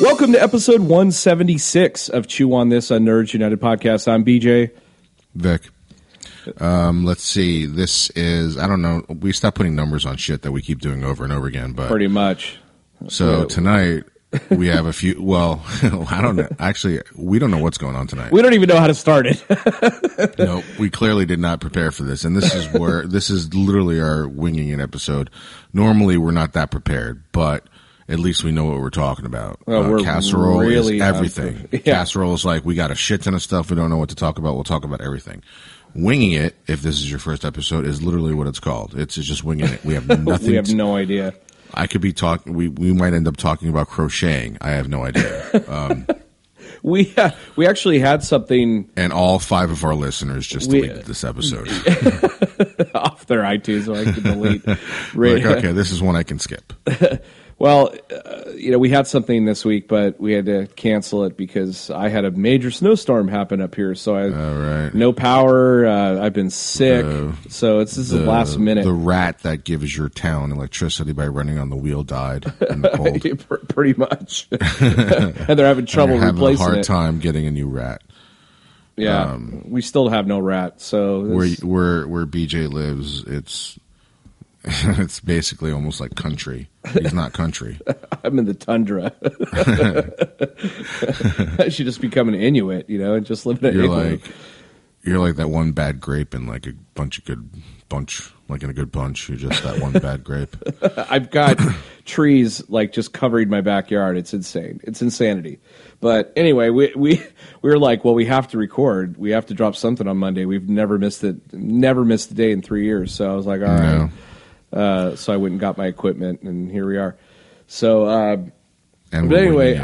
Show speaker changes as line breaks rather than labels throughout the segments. Welcome to episode 176 of Chew on This on Nerds United podcast. I'm BJ.
Vic. Um, let's see. This is I don't know. We stopped putting numbers on shit that we keep doing over and over again. But
Pretty much.
so tonight we have a few. Well, I don't know. Actually, we don't know what's going on tonight.
We don't even know how to start it.
no, we clearly did not prepare for this, and this is where this is literally our winging it episode. Normally, we're not that prepared, but at least we know what we're talking about. Uh,
Well, we're
casserole
really
is
not
everything.
prepared. Yeah.
Casserole is like we got a shit ton of stuff. We don't know what to talk about. We'll talk about everything. Winging it, if this is your first episode, is literally what it's called. It's just winging it. We have nothing.
we have
to-
no idea.
I could be talking. We we might end up talking about crocheting. I have no idea.
We uh, we actually had something
and all five of our listeners just
We-
deleted this episode.
off their iTunes so I could delete.
like,
Right.
okay, this is one I can skip.
Well, uh, you know, we had something this week, but we had to cancel it because I had a major snowstorm happen up here. So I
All right.
no power. Uh, I've been sick. so it's this is the last minute.
The rat that gives your town electricity by running on the wheel died in the cold.
Yeah, pr- pretty much. and they're having trouble
You're having a
replacing
hard
it.
time getting a new rat.
Yeah, we still have no rat. So
Um, Where
this-
where where BJ lives, it's it's basically almost like country. He's not country.
I'm in the tundra. I should just become an Inuit, you know, and just live in an
You're
igloo.
like you're like that one bad grape in like a bunch of good bunch, like in a good bunch. You're just that one bad grape.
I've got trees like just covering my backyard. It's insane. It's insanity. But anyway, we we we were like, well, we have to record. We have to drop something on Monday. We've never missed it. Never missed a day in three years. So I was like, all right.
No.
Uh, so I went and got my equipment, and here we are. So, uh,
And
but
we're
anyway,
winging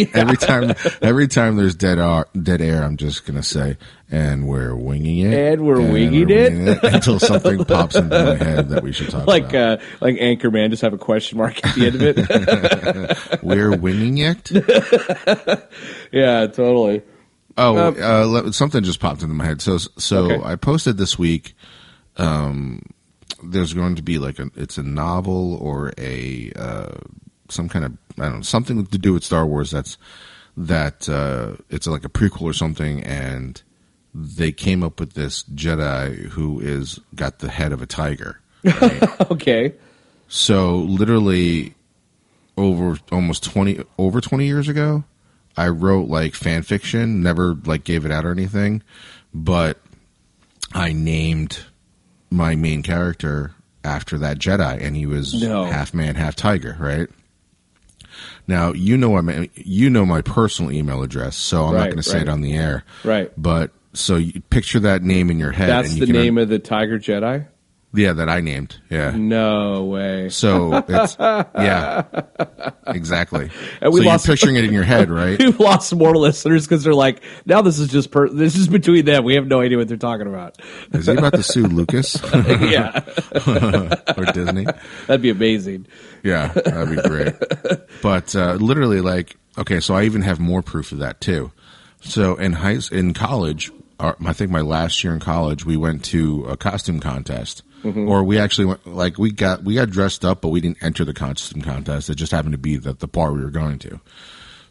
it.
I, I
every time every time there's dead air, dead air, I'm just gonna say, and we're winging it,
And we're winging it."
until something pops into my head that we should talk
like
about.
uh, like Anchorman, just have a question mark at the end of it. uh,
we're winging it.
yeah, totally.
Oh, uh, le- something just popped into my head. So so
Okay.
I posted this week. Um, there's going to be like a it's a novel or a uh, some kind of I don't know something to do with Star Wars. That's that uh, it's like a prequel or something, and they came up with this Jedi who is got the head of a tiger.
Okay,
So literally over almost 20 over 20 years ago, I wrote like fan fiction, never like gave it out or anything, but I named my main character after that Jedi and he was
No.
half man, half tiger, right? Now, you know I'm you know my personal email address, so I'm
Right,
not going to say
right.
it on the air.
Right.
But so you picture that name in your head
that's
and
the
you can
name of the Tiger Jedi.
Yeah, that I named. Yeah.
No way.
So it's yeah, exactly.
And we
so
lost-
you're picturing it in your head, right?
We've lost more listeners because they're like, now this is just per- this is between them. We have no idea what they're talking about.
Is he about to sue Lucas
yeah,
or Disney?
that'd be amazing.
Yeah, that'd be great. But uh, literally, like, okay, so I even have more proof of that too. So in high in college, our, I think my last year in college, we went to a costume contest,
Mm-hmm.
or we actually went like we got we got dressed up, but we didn't enter the costume contest. It just happened to be that the bar we were going to.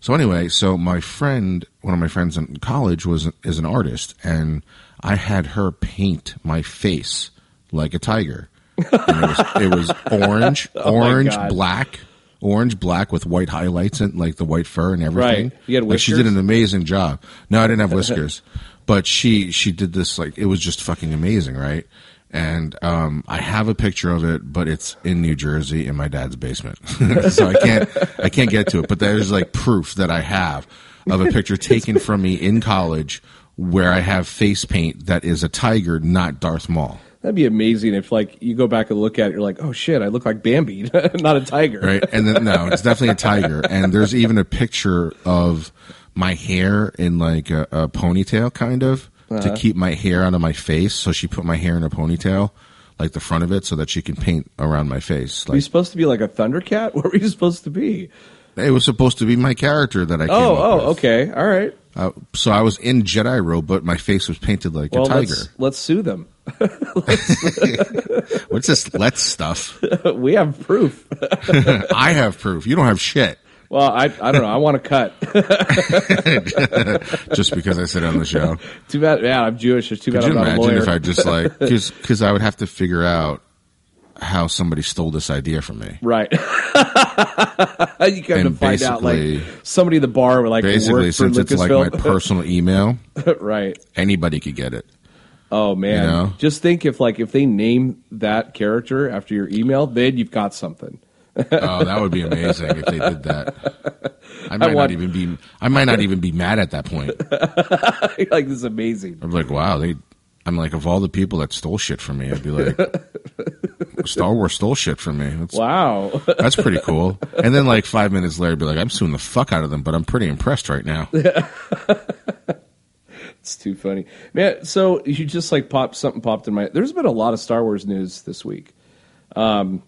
So anyway, so my friend, one of my friends in college was is an artist, and I had her paint my face like a tiger. And it, was, it was orange,
Oh my
orange,
God.
black, orange, black with white highlights and like the white fur and everything.
Right. You had
Like, she did
whiskers?
an amazing job. No, I didn't have whiskers, but she she did this like it was just fucking amazing, right? And um, I have a picture of it, but it's in New Jersey in my dad's basement, so I can't I can't get to it. But there's like proof that I have of a picture taken from me in college where I have face paint that is a tiger, not Darth Maul.
That'd be amazing if like you go back and look at it. You're like, oh shit, I look like Bambi, not a tiger.
right? And then no, it's definitely a tiger. And there's even a picture of my hair in like a, a ponytail, kind of
Uh-huh.
to keep my hair out of my face. So she put my hair in a ponytail, like the front of it, so that she can paint around my face.
Were you
Like
supposed to be like a Thundercat? What were you supposed to be?
it was supposed to be my character that I. Came
Oh,
up
oh,
with.
okay, all right.
Uh, so I was in Jedi robe, but my face was painted like
Well,
a tiger.
let's let's sue them.
What's this? Let's stuff.
we have proof.
I have proof. You don't have shit.
Well, I, I don't know. I want to cut.
just because I said it on the show.
Too bad. Yeah, I'm Jewish. It's too
Could
bad
you
I'm not a
imagine
lawyer.
if I just like because I would have to figure out how somebody stole this idea from me.
right. you come to
And
find out like
basically-
somebody at the bar would like work
Basically,
for
since it's like my
Lucasfilm.
personal email,
right.
anybody could get it.
Oh man.
You know?
Just think if like if they name that character after your email, then you've got something.
Oh, that would be amazing if they did that. I might
want-
not even be. I might not even be mad at that point.
like this is amazing.
I'm like, wow, they. I'm like, of all the people that stole shit from me, I'd be like, Star Wars stole shit from me. That's,
Wow.
that's pretty cool. And then like five minutes later, I'd be like, I'm suing the fuck out of them, but I'm pretty impressed right now.
It's too funny, man. So you just like popped something popped in my. There's been a lot of Star Wars news this week.
What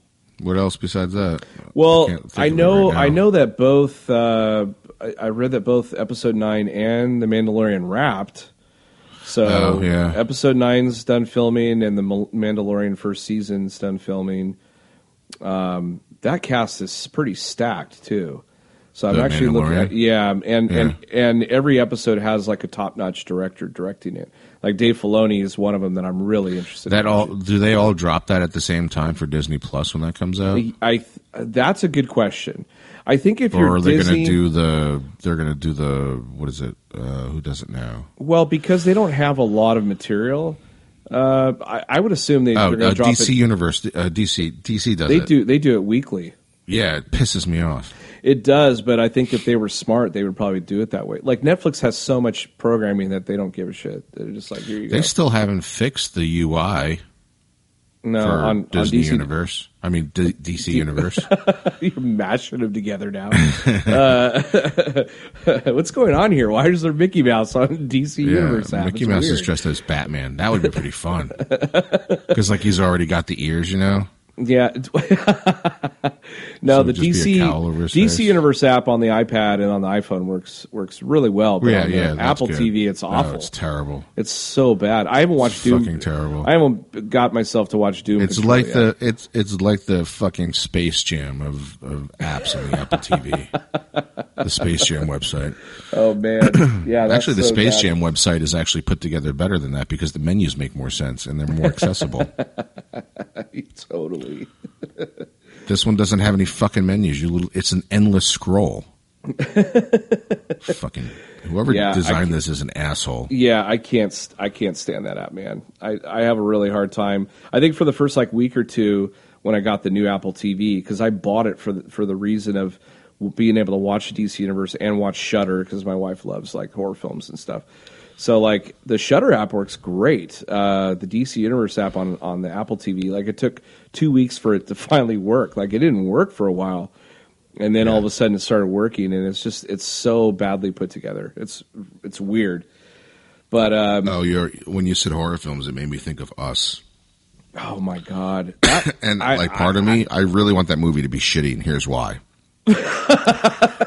else besides that? I
Well,
can't think
I,
of it
know,
right now.
I know that both. Uh, I, I read that both Episode Nine and The Mandalorian wrapped. So
Oh, yeah.
Episode Nine's done filming, and The Mal- Mandalorian first season's done filming. Um, that cast is pretty stacked too. So I'm
The
actually looking
Mandalorian?
at yeah, and
Yeah.
and and every episode has like a top notch director directing it. Like Dave Filoni is one of them that I'm really interested.
That
in.
all do they all drop that at the same time for Disney Plus when that comes out,
I th- that's a good question. I think if
or
you're
are they going
Disney,
to do the? They're going to do the what is it? Uh, who does it now?
well, because they don't have a lot of material, uh, I, I would assume they,
Oh,
they're going to
uh,
drop
DC
it.
Universe, uh, DC DC does
They
it.
do they do it weekly.
Yeah, it pisses me off.
It does, but I think if they were smart, they would probably do it that way. Like Netflix has so much programming that they don't give a shit. They're just like, here you
They
go.
still haven't fixed the UI
No,
for
Uh, on, on
Disney
DC,
Universe. I mean D- DC Universe.
you're mashing them together now. uh, what's going on here? Why is there Mickey Mouse on DC
yeah,
Universe? App?
Mickey
It's
Mouse is
weird.
dressed as Batman. That would be pretty fun because like he's already got the ears, you know.
Yeah. no,
So
the
it'd just
DC
be a cowl over his
DC
face.
Universe app on the iPad and on the iPhone works works really well. But
Yeah,
on the
yeah. that's
Apple
good.
TV, it's
No,
awful.
it's terrible.
it's so bad. I haven't watched Doom.
fucking terrible.
I haven't got myself to watch Doom.
It's
Patrol
like
yet.
the it's it's like the fucking Space Jam of, of apps on the Apple TV, the Space Jam website.
oh man, yeah. that's
actually, the
so
Space
bad.
Jam website is actually put together better than that because the menus make more sense and they're more accessible.
totally.
this one doesn't have any fucking menus. You little, it's an endless scroll. fucking whoever
Yeah, I Mm-hmm.
designed
can-
this is an asshole.
Yeah, I can't. st- I can't stand that app, man. I, I have a really hard time. I think for the first like week or two when I got the new Apple TV because I bought it for the, for the reason of being able to watch DC Universe and watch Shutter because my wife loves like horror films and stuff. So like the Shutter app works great. Uh, the DC Universe app on on the Apple TV like it took two weeks for it to finally work. Like it didn't work for a while. And then all of a sudden it started working, and it's just it's so badly put together. It's it's weird. But um,
Oh, you're when you said horror films, it made me think of us.
oh my god, That-
And
I-
like part of me, I really want that movie to be shitty, and here's why.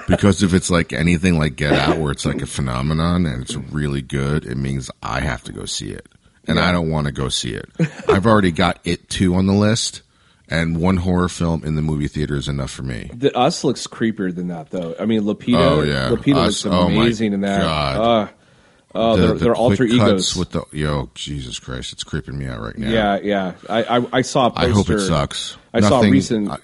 because if it's like anything like Get Out, where it's like a phenomenon and it's really good, it means I have to go see it, and I don't want to go see it. I've already got It Two on the list, and one horror film in the movie theater is enough for me.
the us looks creepier than that though. I mean, Lupita,
Oh, yeah.
Lupita
Us,
looks
oh, my
amazing in that.
God.
Uh, oh,
The-
they're,
the
they're alter
quick cuts
egos.
with the yo, Jesus Christ, it's creeping me out right now.
yeah, yeah. I, I I saw. A poster.
I hope it sucks.
I saw a
Nothing-
recent
I-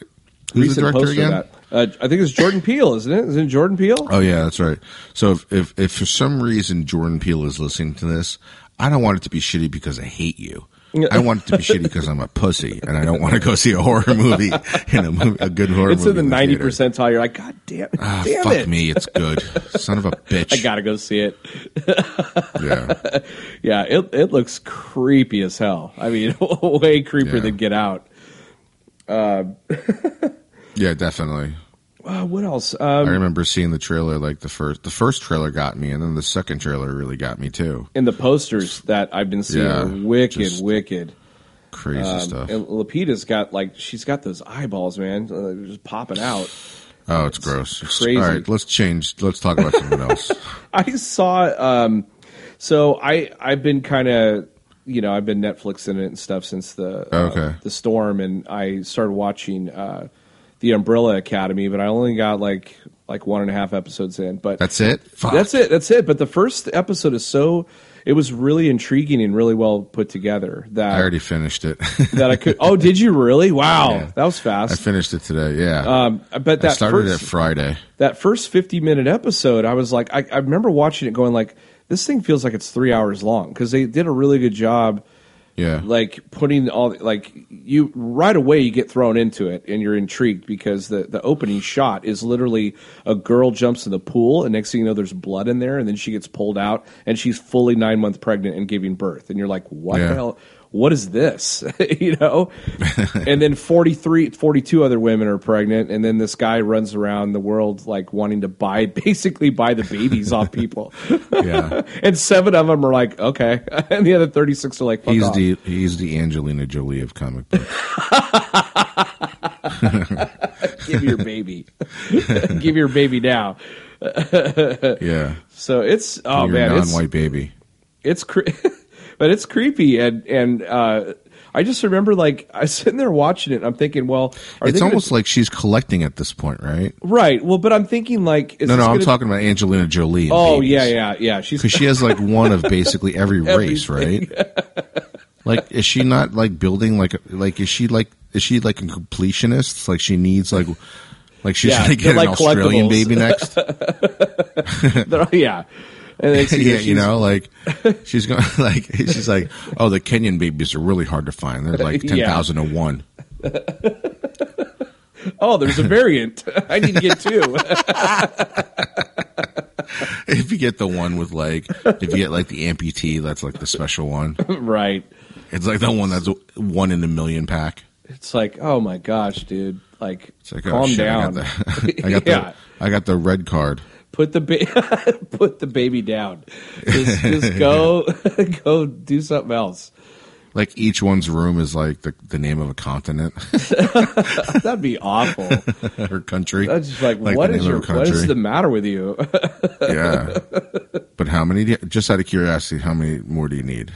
who's
recent
the director
poster
again?
of that. Uh, I think it's Jordan Peele, isn't it? Isn't it Jordan Peele?
Oh yeah, that's right. So if, if if for some reason Jordan Peele is listening to this, I don't want it to be shitty because I hate you. I want it to be shitty because I'm a pussy and I don't want to go see a horror movie in a, movie, a good horror
it's
movie.
in the
theater.
ninety percentile. You're like, God damn,
Ah,
damn
fuck
it!
me, it's good. Son of a bitch.
I gotta go see it.
yeah.
Yeah, it it looks creepy as hell. I mean, way creepier
Yeah.
than Get Out.
Yeah, definitely.
Uh, what else?
I
Um,
remember seeing the trailer like the first the first trailer got me and then the second trailer really got me too.
and the posters that I've been seeing
Yeah,
are wicked,
just
wicked.
Crazy
Um,
stuff.
and Lupita's got like she's got those eyeballs, man, uh, just popping out.
oh, it's, gross. It's-
crazy.
All right, let's change. Let's talk about something else.
I saw. Um, so I I've been kind of you know I've been Netflixing it and stuff since the uh,
Okay.
the storm, and I started watching uh, the Umbrella Academy, but I only got like like one and a half episodes in. But
That's it. Fuck.
that's it. That's it. But the first episode is so it was really intriguing and really well put together that
I already finished it.
that I could. Oh, did you really? Wow,
Yeah.
that was
I
fast.
finished it today. Yeah.
um, but
I
that
started
first
it Friday.
that first fifty minute episode, I was like, I, I remember watching it, going like, this thing feels like it's three hours long because they did a really good job,
Yeah.
like putting all like you right away you get thrown into it and you're intrigued because the the opening shot is literally a girl jumps in the pool and next thing you know there's blood in there and then she gets pulled out and she's fully nine months pregnant and giving birth and you're like, what
Yeah.
the hell? what is this you know and then 43 42 other women are pregnant and then this guy runs around the world like wanting to buy basically buy the babies off people
Yeah.
and seven of them are like okay and the other 36 are like Fuck
He's
off.
the he's the Angelina Jolie of comic books.
give your baby give your baby now
Yeah.
so it's oh
Your
man it's
non-white baby.
it's cre- but it's creepy and and uh i just remember like i was sitting there watching it and i'm thinking well are
It's
they gonna-
almost like she's collecting at this point, right?
right well but i'm thinking like is
No,
this
no, I'm
gonna-
talking about Angelina Jolie.
oh yeah yeah yeah she's
Because she has like one of basically every race, right? like, is she not like building like like is she like is she like a completionist? Like she needs like like she's
Yeah,
gonna
they're
get
like
an Australian
collectibles.
baby next.
They're- yeah. And they see
yeah,
that
you
she's-
know, like she's going like she's like, oh, the Kenyan babies are really hard to find. They're like
Yeah.
ten thousand to one.
Oh, there's a variant. I need to get two.
If you get the one with like, if you get like the amputee, that's like the special one.
right.
It's like the one that's one in a million pack.
It's like, oh my gosh, dude. Like,
It's like,
calm
oh, shit,
down.
I got the, I got
Yeah.
the, I got the red card.
put the ba- put the baby down. Just, just go go do something else.
Like each one's room is like the, the name of a continent
That'd be awful.
or country.
That's just like, what
the
is
name
your
of a
what is the matter with you?
yeah. But how many? Do you, just out of curiosity, how many more do you need?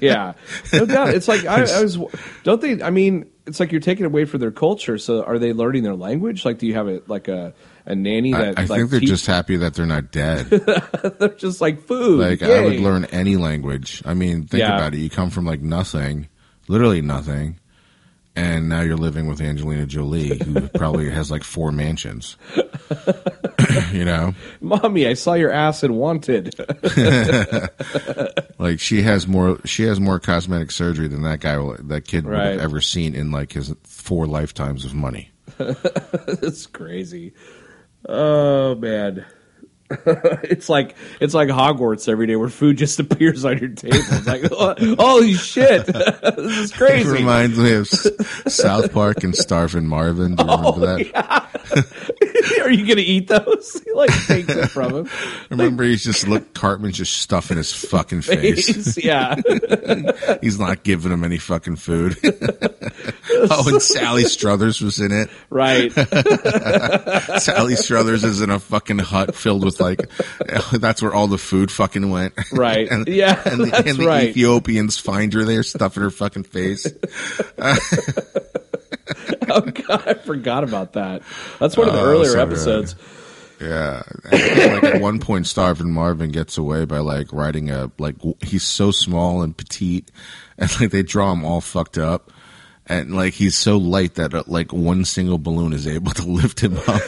yeah, no doubt. It's like I, I was. Don't they? I mean, it's like you're taking away from their culture. So are they learning their language? Like, do you have a like a a nanny
I,
that
I
like
think they're
teach-
just happy that they're not dead.
they're just like food?
Like I
yay.
would learn any language. I mean, think
Yeah.
about it. You come from like nothing, literally nothing, and now you're living with Angelina Jolie, who probably has like four mansions. you know,
Mommy, I saw your ass and wanted.
like she has more. She has more cosmetic surgery than that guy, will, that kid, would
Right.
have ever seen in like his four lifetimes of money.
it's crazy. Oh man. it's like it's like Hogwarts every day where food just appears on your table. It's like oh, holy shit. this is
It
crazy.
reminds me of S- South Park and Starvin' Marvin. Do you remember that?
Are you gonna eat those? he like takes it from him.
Remember, he's just look. Cartman's just stuffing his fucking face.
yeah.
He's not giving him any fucking food. oh, and Sally Struthers was in it.
Right.
Sally Struthers is in a fucking hut filled with like, that's where all the food fucking went.
Right.
and,
Yeah,
And the,
that's
and the
right.
Ethiopians find her there, stuffing her fucking face.
Oh god, I forgot about that. That's one of the
Oh,
earlier
so good.
episodes.
Yeah. I think, like at one point, Starvin Marvin gets away by like riding a like w- he's so small and petite, and like they draw him all fucked up, and like he's so light that uh, like one single balloon is able to lift him up.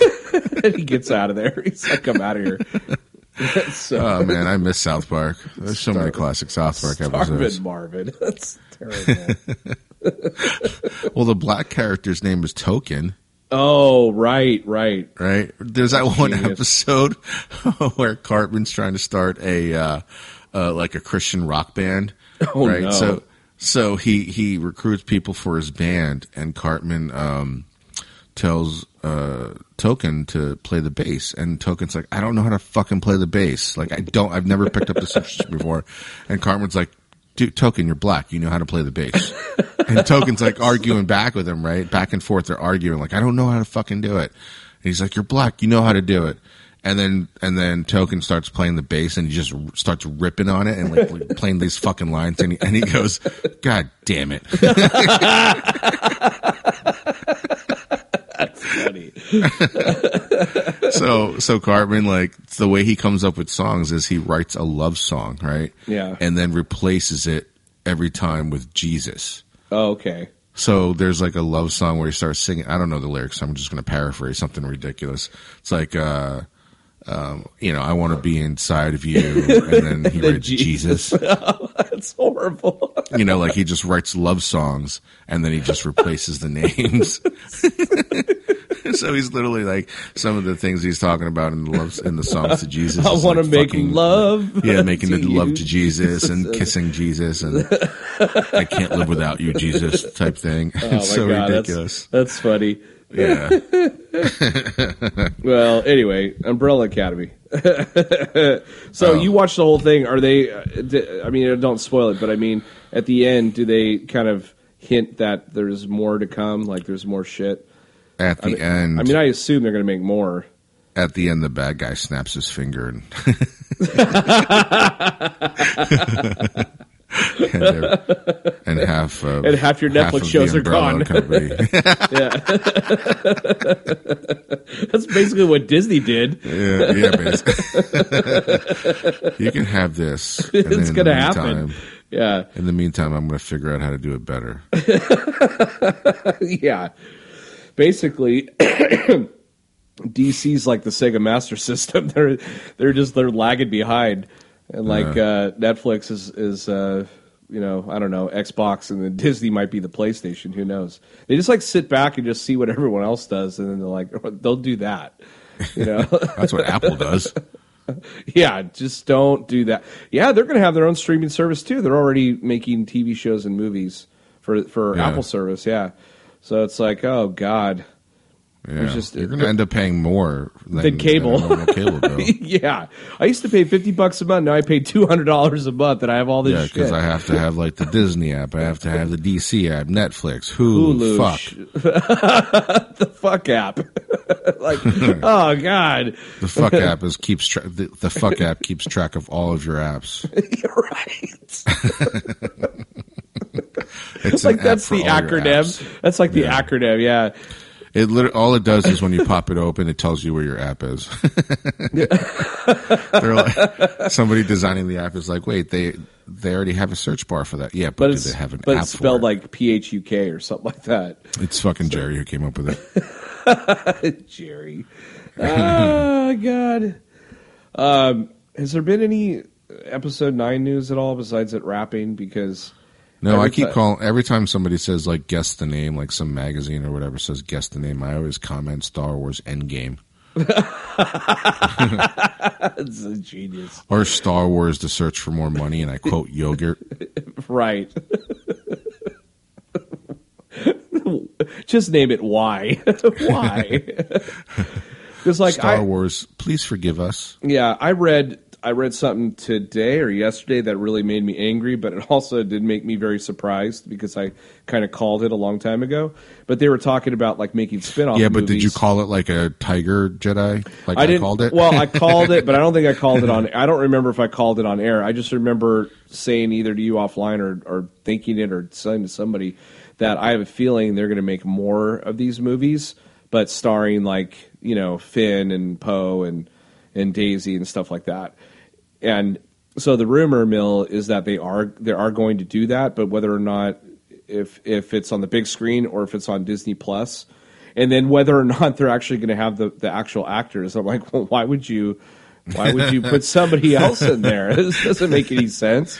and he gets out of there. He's like, I'm out of here. That's so
Oh man, I miss South Park. There's so many classic South Park Oh, episodes.
Starvin Marvin. That's terrible.
Well, the black character's name was Token,
oh, right, right.
right? There's that one
Genius.
episode where Cartman's trying to start a uh, uh, like a Christian rock band,
Oh,
right?
no.
So so he he recruits people for his band, and Cartman um, tells uh, Token to play the bass, and Token's like, I don't know how to fucking play the bass. Like I don't, I've never picked up this instrument before, and Cartman's like. Dude, Token, you're black. You know how to play the bass. And Token's like arguing back with him, right? Back and forth. They're arguing like, I don't know how to fucking do it. And he's like, you're black. You know how to do it. And then, and then Token starts playing the bass and he just r- starts ripping on it and like, like playing these fucking lines. And he, and he goes, God damn it.
Funny. comedy.
so so Cartman like the way he comes up with songs is he writes a love song, right?
Yeah.
And then replaces it every time with Jesus.
Oh, okay.
So there's like a love song where he starts singing. I don't know the lyrics. I'm just going to paraphrase something ridiculous. It's like, uh, um, you know, I want to be inside of you, and then he writes Jesus.
That's horrible.
You know, like he just writes love songs, and then he just replaces the names. so he's literally like some of the things he's talking about in the love in the songs to Jesus.
I
is,
want
like,
to make
fucking-
love.
Yeah, making the
to
love
you.
to Jesus and kissing Jesus and I can't live without you, Jesus type thing.
Oh my
it's so
God,
ridiculous.
That's, that's funny.
Yeah.
Well, anyway, Umbrella Academy. so
Oh.
you watched the whole thing. Are they? uh, d- I mean, don't spoil it, but I mean, at the end, do they kind of hint that there's more to come? Like there's more shit.
At the end,
I mean, I assume they're going to make more.
at the end, the bad guy snaps his finger and. and, they're- and half of,
And half your Netflix
of the
shows are
umbrella
gone.
company.
That's basically what Disney did.
yeah, yeah basically. you can have this. and then
It's
in the
going to happen.
meantime-
Yeah,
In the meantime, I'm going to figure out how to do it better.
yeah. Basically, DC's like the Sega Master System. They're they're just they're lagging behind, and like uh, Netflix is is uh, you know I don't know Xbox, and then Disney might be the PlayStation. Who knows? They just like sit back and just see what everyone else does, and then they're like, they'll do that. You know,
That's what Apple does.
yeah, just don't do that. Yeah, they're going to have their own streaming service too. They're already making TV shows and movies for for
Yeah.
Apple service. Yeah, so it's like, oh god,
Yeah.
just-
You're going to end up paying more than,
Than cable.
than a normal cable bill.
yeah. I used to pay fifty bucks a month. Now I pay two hundred dollars a month, and I have all this
Yeah,
shit.
because I have to have like the Disney app, I have to have the DC app, Netflix,
Hulu,
Hulu, fuck,
sh- the fuck app. like, oh god,
the fuck app is keeps tra- the, the fuck app keeps track of all of your apps.
you're right.
It's an
Like
app
that's
for
the
all your apps.
acronym. That's like the
Yeah.
acronym. Yeah.
It literally, all it does is when you pop it open, it tells you where your app is. They're like, somebody designing the app is like, wait, they they already have a search bar for that. Yeah, but,
But
do
it's
they have an
but
app
it's spelled
for it?
like P H U K or something like that.
It's fucking Jerry who came up with it.
Jerry. Oh God. Um, has there been any episode nine news at all besides it wrapping? Because
No,
Every
I keep
ti-
calling every time somebody says like guess the name, like some magazine or whatever says guess the name. I always comment Star Wars Endgame
it's a genius,
or Star Wars to search for more money, and I quote yogurt.
right? Just name it. Why? why? Because like
Star
I,
Wars, please forgive us.
Yeah, I read I read something today or yesterday that really made me angry, but it also did make me very surprised because I kind of called it a long time ago. But they were talking about like making spin-off
Yeah, but did you
movies.
call it like a Tiger Jedi? Like I,
didn't,
called it.
Well, I called it, but I don't think I called it on. I don't remember if I called it on air. I just remember saying either to you offline or, or thinking it or saying to somebody that I have a feeling they're going to make more of these movies, but starring like you know Finn and Poe and and Daisy and stuff like that. And so the rumor mill is that they are they are going to do that, but whether or not if if it's on the big screen or if it's on Disney Plus, and then whether or not they're actually going to have the, the actual actors. I'm like, well, why would you? Why would you put somebody else in there? This doesn't make any sense.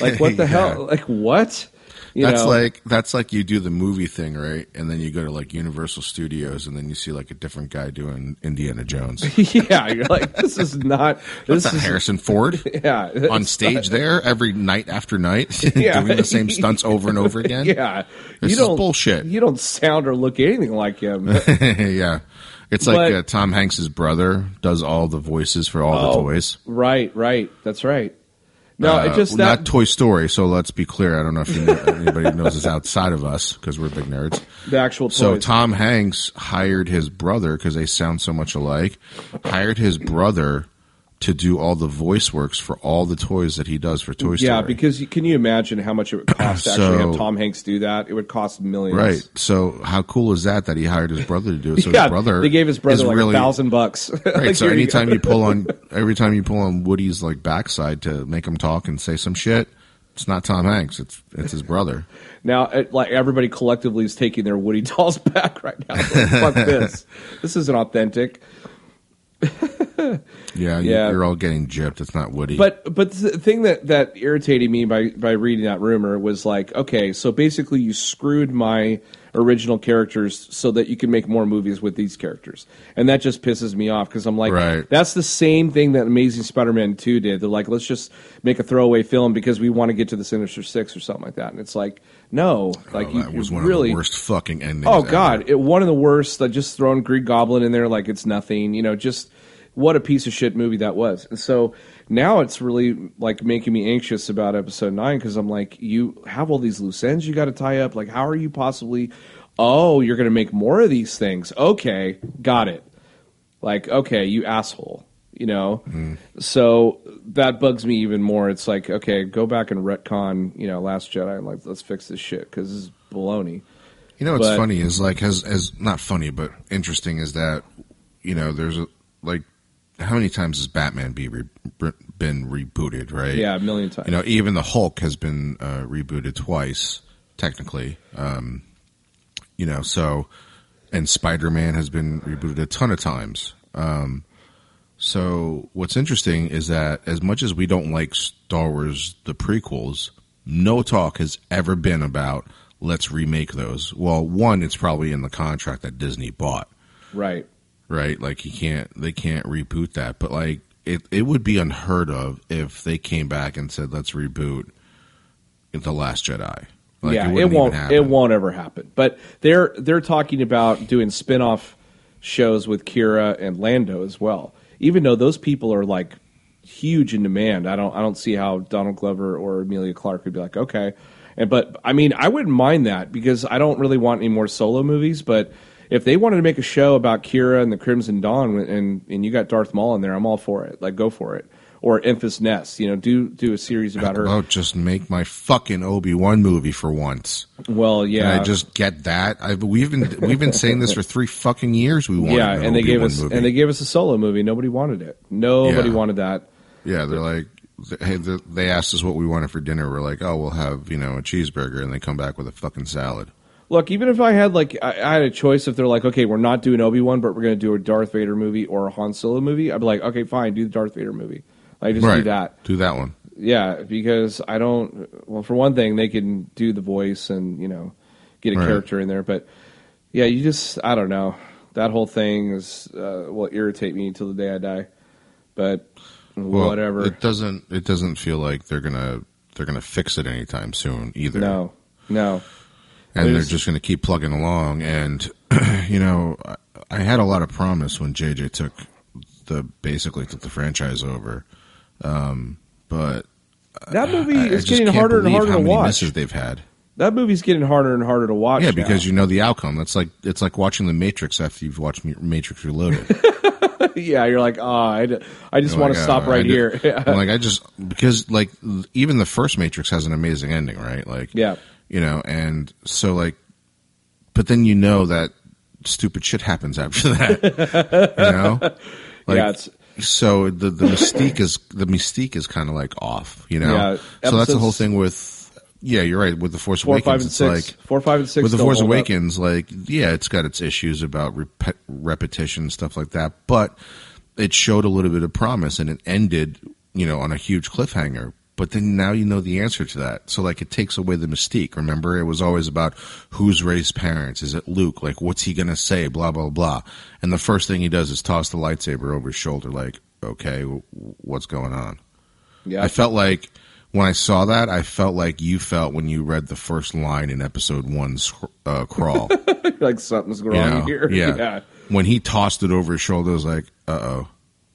Like what the
Yeah.
hell? Like what? You
that's
know,
like that's like you do the movie thing, right? And then you go to like Universal Studios, and then you see like a different guy doing Indiana Jones.
yeah. You're like, this is not. This
What's that,
is
Harrison Ford
yeah.
on stage there every night after night,
Yeah.
doing the same stunts over and over again?
Yeah,
This
you
is
don't
bullshit.
You don't sound or look anything like him.
yeah. It's like
But-
uh, Tom Hanks' brother does all the voices for all the
Oh,
toys.
Right, right. That's right. No,
Uh,
it just that
not Toy Story. So let's be clear. I don't know if you know, anybody knows this outside of us because we're big nerds.
the actual toys.
So Tom Hanks hired his brother because they sound so much alike. Hired his brother to do all the voice works for all the toys that he does for Toy Story.
Yeah, because you, can you imagine how much it would cost to actually
So-
have Tom Hanks do that? It would cost millions.
Right. So how cool is that that he hired his brother to do it? So
yeah,
his brother
they gave his
is
brother like
really,
a thousand bucks.
Right.
Like,
so
here you go.
anytime you pull on every time you pull on Woody's like backside to make him talk and say some shit, it's not Tom Hanks. It's it's his brother.
Now, it, like everybody collectively is taking their Woody dolls back right now. Like, Fuck this! This isn't authentic.
Yeah, you-
Yeah.
You're all getting gypped. It's not Woody.
But but the thing that that irritated me by by reading that rumor was like, okay, so basically you screwed my original characters so that you can make more movies with these characters, and that just pisses me off because I'm like,
Right.
that's the same thing that Amazing Spider-Man Two did. They're like, let's just make a throwaway film because we want to get to the Sinister Six or something like that, and it's like, no, like
Oh,
you,
that was
you
one
really
of the worst fucking endings.
Oh
ever.
God, it, one of the worst. Like just throwing Green Goblin in there like it's nothing. You know, just what a piece of shit movie that was. And so now it's really like making me anxious about episode nine because I'm like, you have all these loose ends you got to tie up. Like, how are you possibly? Oh, you're going to make more of these things. Okay, got it. Like, okay, you asshole. You know, so that bugs me even more. It's like, okay, go back and retcon, you know, Last Jedi, and like, let's fix this shit because this is baloney.
You know what's
But-
funny is like has as not funny but interesting is that you know there's a, like how many times has Batman be re, re- been rebooted right?
Yeah, a million times.
You know even the Hulk has been uh, rebooted twice technically. Um, you know so and Spider Man has been rebooted a ton of times. Um, so what's interesting is that as much as we don't like Star Wars the prequels, no talk has ever been about let's remake those. Well, one, it's probably in the contract that Disney bought,
Right.
right? Like you can't they can't reboot that. But like it it would be unheard of if they came back and said let's reboot the Last Jedi. Like,
yeah, it
wouldn't even
won't
happen.
it won't ever happen. But they're they're talking about doing spin-off shows with Kira and Lando as well. Even though those people are like huge in demand, I don't I don't see how Donald Glover or Amelia Clark would be like, "Okay." And but I mean, I wouldn't mind that because I don't really want any more solo movies, but if they wanted to make a show about Kira and the Crimson Dawn and and you got Darth Maul in there, I'm all for it. Like go for it. Or Emphas Nest, you know, do do a series about her.
Oh, just make my fucking Obi Wan movie for once.
Well, yeah.
And I just get that. I, we've been we've been saying this for three fucking years. We want
yeah,
an
and they gave
Obi-Wan
us
movie.
and they gave us a solo movie. Nobody wanted it. Nobody
Yeah.
wanted that.
yeah, they're like, hey, they they asked us what we wanted for dinner. We're like, oh, we'll have you know a cheeseburger, and they come back with a fucking salad.
Look, even if I had like I, I had a choice, if they're like, okay, we're not doing Obi Wan, but we're going to do a Darth Vader movie or a Han Solo movie, I'd be like, okay, fine, do the Darth Vader movie. Like just do that.
Do that one.
Yeah, because I don't. Well, for one thing, they can do the voice and you know get a
Right.
character in there, but yeah, you just I don't know. That whole thing is uh, will irritate me until the day I die. But
Well,
whatever.
It doesn't. It doesn't feel like they're gonna they're gonna fix it anytime soon either.
no, no.
and they're
There's-
just going to keep plugging along. And you know, I, I had a lot of promise when JJ took the basically took the franchise over, um, but
That movie
Uh, I, I
is
just
getting
can't
harder and
believe
harder
how
to
many
watch.
misses they've had.
That movie's getting harder and harder to watch.
Yeah,
now.
because you know the outcome. That's like it's like watching The Matrix after you've watched Ma- Matrix Reloaded.
yeah, you're like, ah, I, d- I just
You're
want to
like,
stop
"Oh, I
right
did-
here.
I'm like I just because like even the first Matrix has an amazing ending, right? Like
Yeah.
you know, and so like, but then you know that stupid shit happens after that, you know. Like,
Yeah, it's-
so the the mystique is the mystique is kind of like off, you know.
Yeah,
so that's the
episodes-
whole thing with. Yeah, you're right. With the Force
four,
Awakens,
five, and
it's
six.
like
four, five, and six.
with the
don't
Force
hold up.
Awakens, like yeah, it's got its issues about rep- repetition stuff like that, but it showed a little bit of promise and it ended, you know, on a huge cliffhanger. But then now you know the answer to that, so like it takes away the mystique. Remember, it was always about who's raised parents. Is it Luke? Like, what's he gonna say? Blah blah blah. And the first thing he does is toss the lightsaber over his shoulder. Like, okay, w- what's going on?
Yeah,
I felt like when I saw that, I felt like you felt when you read the first line in episode one's uh, crawl. you
like something's wrong
know?
here.
Yeah. When he tossed it over his shoulder, I was like, uh oh.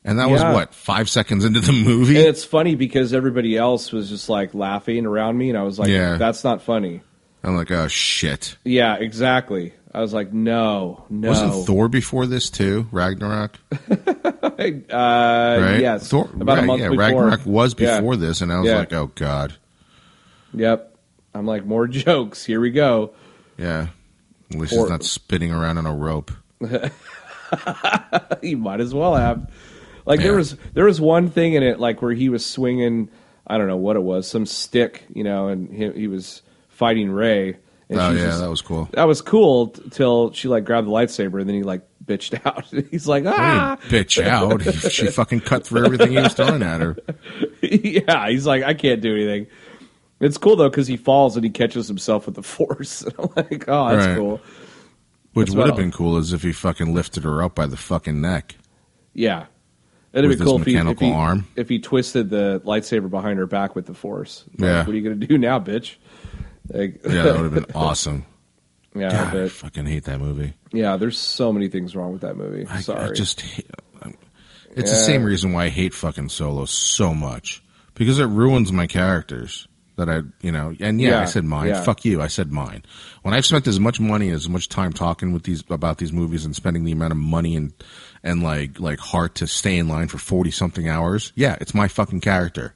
And that was
Yeah.
what, five seconds into the movie?
And it's funny because everybody else was just like laughing around me, and I was like,
Yeah.
that's not funny.
I'm like, oh shit.
Yeah, exactly. I was like, no, no.
Wasn't Thor before this too? Ragnarok,
uh,
right?
Yes,
Thor,
about a
Rag-
month
yeah,
before.
Ragnarok was
Yeah.
before this, and I was
Yeah.
like, oh god,
Yep. I'm like, more jokes. Here we go.
yeah. At least
Or-
it's not spinning around on a rope.
you might as well have. Like there
Yeah.
was there was one thing in it like where he was swinging, I don't know what it was, some stick, you know, and he, he was fighting Ray. And
Oh
she
yeah,
just-
that was cool.
that was cool t- till she like grabbed the lightsaber and then he like bitched out. He's like, ah,
I didn't bitch out. she fucking cut through everything he was throwing at her.
yeah. He's like, I can't do anything. It's cool though because he falls and he catches himself with the force. And I'm like, oh, that's
Right.
cool.
Which
That's
would
about
have
all.
been cool is if he fucking lifted her up by the fucking neck.
Yeah, it'd
With
be
his
cool if he, if
mechanical
he
arm.
if he twisted the lightsaber behind her back with the force. Like,
Yeah.
what are you gonna do now, bitch? Like,
Yeah, that would have been awesome.
yeah,
God, I
but
fucking hate that movie.
yeah. There's so many things wrong with that movie.
I,
Sorry,
I just hate, I'm- it's the
Yeah.
same reason why I hate fucking Solo so much because it ruins my characters that I you know and yeah,
Yeah,
I said mine
yeah.
fuck you I said mine when I've spent as much money as much time talking with these about these movies and spending the amount of money and and like like heart to stay in line for 40 something hours yeah it's my fucking character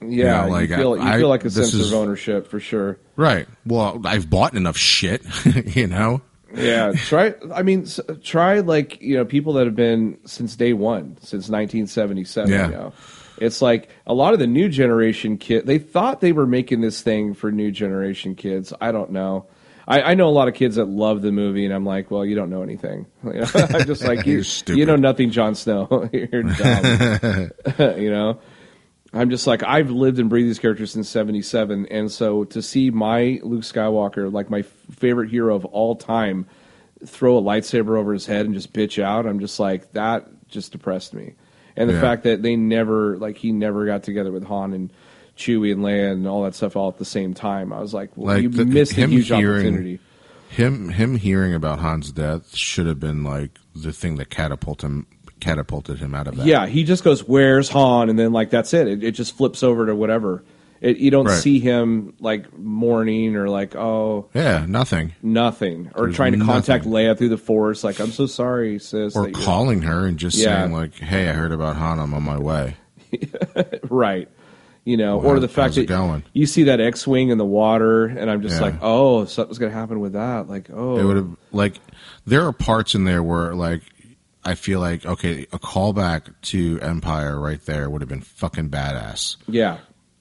yeah.
know, like,
you feel, you
I-
feel like a
this
sense
is-
of ownership for sure.
right well I've bought enough shit you know
Yeah, try. I mean, s- try like you know people that have been since day one, since 1977.
Yeah.
You know? It's like a lot of the new generation kid. They thought they were making this thing for new generation kids. I don't know. I, I know a lot of kids that love the movie, and I'm like, well, you don't know anything. You know, I'm just like you.
You're stupid.
You know nothing, Jon Snow. You're dumb. you know. I'm just like I've lived and breathed these characters since '77, and so to see my Luke Skywalker, like my f- favorite hero of all time, throw a lightsaber over his head and just bitch out, I'm just like that just depressed me. And the
Yeah.
fact that they never, like, he never got together with Han and Chewie and Leia and all that stuff all at the same time. I was like, well,
Like
you
the-
missed a
him
huge
hearing-
opportunity.
Him him hearing about Han's death should have been like the thing that catapulted him catapulted him out of that.
Yeah, he just goes, "Where's Han?" and then like that's it. It, it just flips over to whatever. It, you don't
Right.
see him like mourning or like, oh.
Yeah, nothing.
nothing or
There's
trying to contact
nothing.
Leia through the force like I'm so sorry sis
Or
that you're-"
calling her and just
Yeah.
saying like, "Hey, I heard about Han. I'm on my way."
right you know
Well,
or
how-
the fact
how's
that
it going?
you see that X-wing in the water and I'm just
Yeah.
like oh something's going to happen with that like oh
It would have like there are parts in there where like I feel like okay, a callback to Empire right there would have been fucking badass.
yeah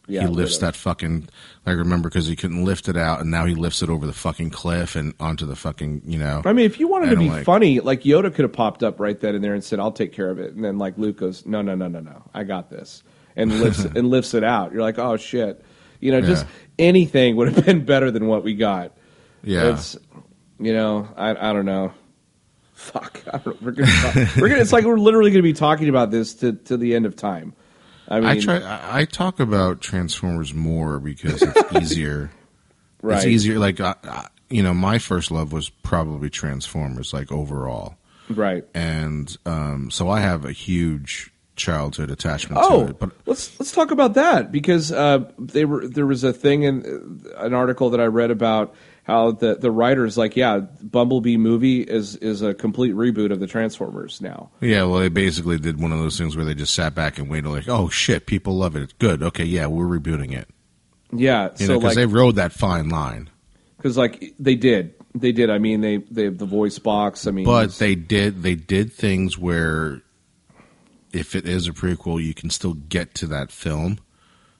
yeah
he lifts
would've.
that fucking like remember because he couldn't lift it out and now he lifts it over the fucking cliff and onto the fucking you know
I mean if you wanted to
And
be
I'm like-
funny like Yoda could have popped up right then and there and said I'll take care of it and then like Luke goes no no no no no I got this and lifts and lifts it out you're like oh shit you know just anything would have been better than what we got
yeah
It's you know, I I don't know. Fuck, I don't, we're gonna talk, we're gonna. It's like we're literally gonna be talking about this to to the end of time. I mean,
I try. I, I talk about Transformers more because it's easier.
right?
It's easier. Like I, I, you know, my first love was probably Transformers, like overall,
right?
and um, so I have a huge childhood attachment
Oh,
to it. But
let's let's talk about that because uh, they were there was a thing in uh, an article that I read about how the the writers like yeah, Bumblebee movie is is a complete reboot of the Transformers now.
yeah, well, they basically did one of those things where they just sat back and waited. Like, oh shit, people love it. It's good. Okay, yeah, we're rebooting it.
Yeah,
You
so
know,
like
because they rode that fine line,
because like they did they did. I mean they they have the voice box. I mean,
but they did they did things where. If it is a prequel, you can still get to that film.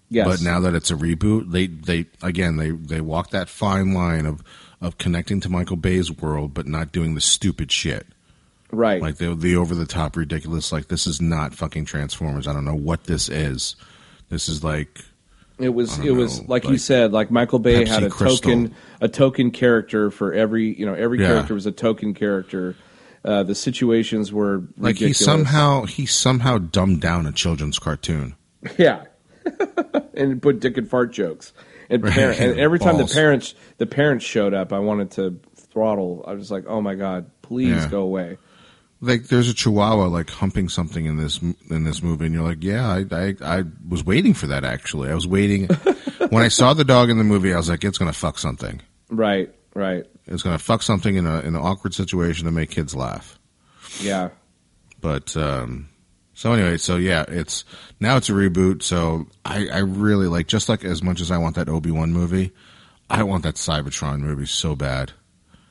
yes.
But now that it's a reboot, they they again they they walk that fine line of of connecting to Michael Bay's world, but not doing the stupid shit
right?
like the the over the top ridiculous. Like this is not fucking Transformers. I don't know what this is. This is like
It was
don't
it was
know,
like, you
like
said, like Michael Bay had
Pepsi
a
Crystal.
token a token character for every you know every
Yeah.
character was a token character. Uh, the situations were
like
ridiculous.
he somehow he somehow dumbed down a children's cartoon.
yeah, and put dick and fart jokes. And, par-
Right.
and every time the
Balls.
parents the parents showed up, I wanted to throttle. I was like, oh my god, please
Yeah.
go away.
Like there's a Chihuahua like humping something in this in this movie, and you're like, yeah, I I, I was waiting for that actually. I was waiting when I saw the dog in the movie. I was like, it's gonna fuck something.
Right. Right.
It's going to fuck something in, a, in an awkward situation to make kids laugh.
Yeah.
But um, so anyway, so yeah, it's now it's a reboot. So I, I really like just like as much as I want that Obi wan movie, I want that Cybertron movie so bad.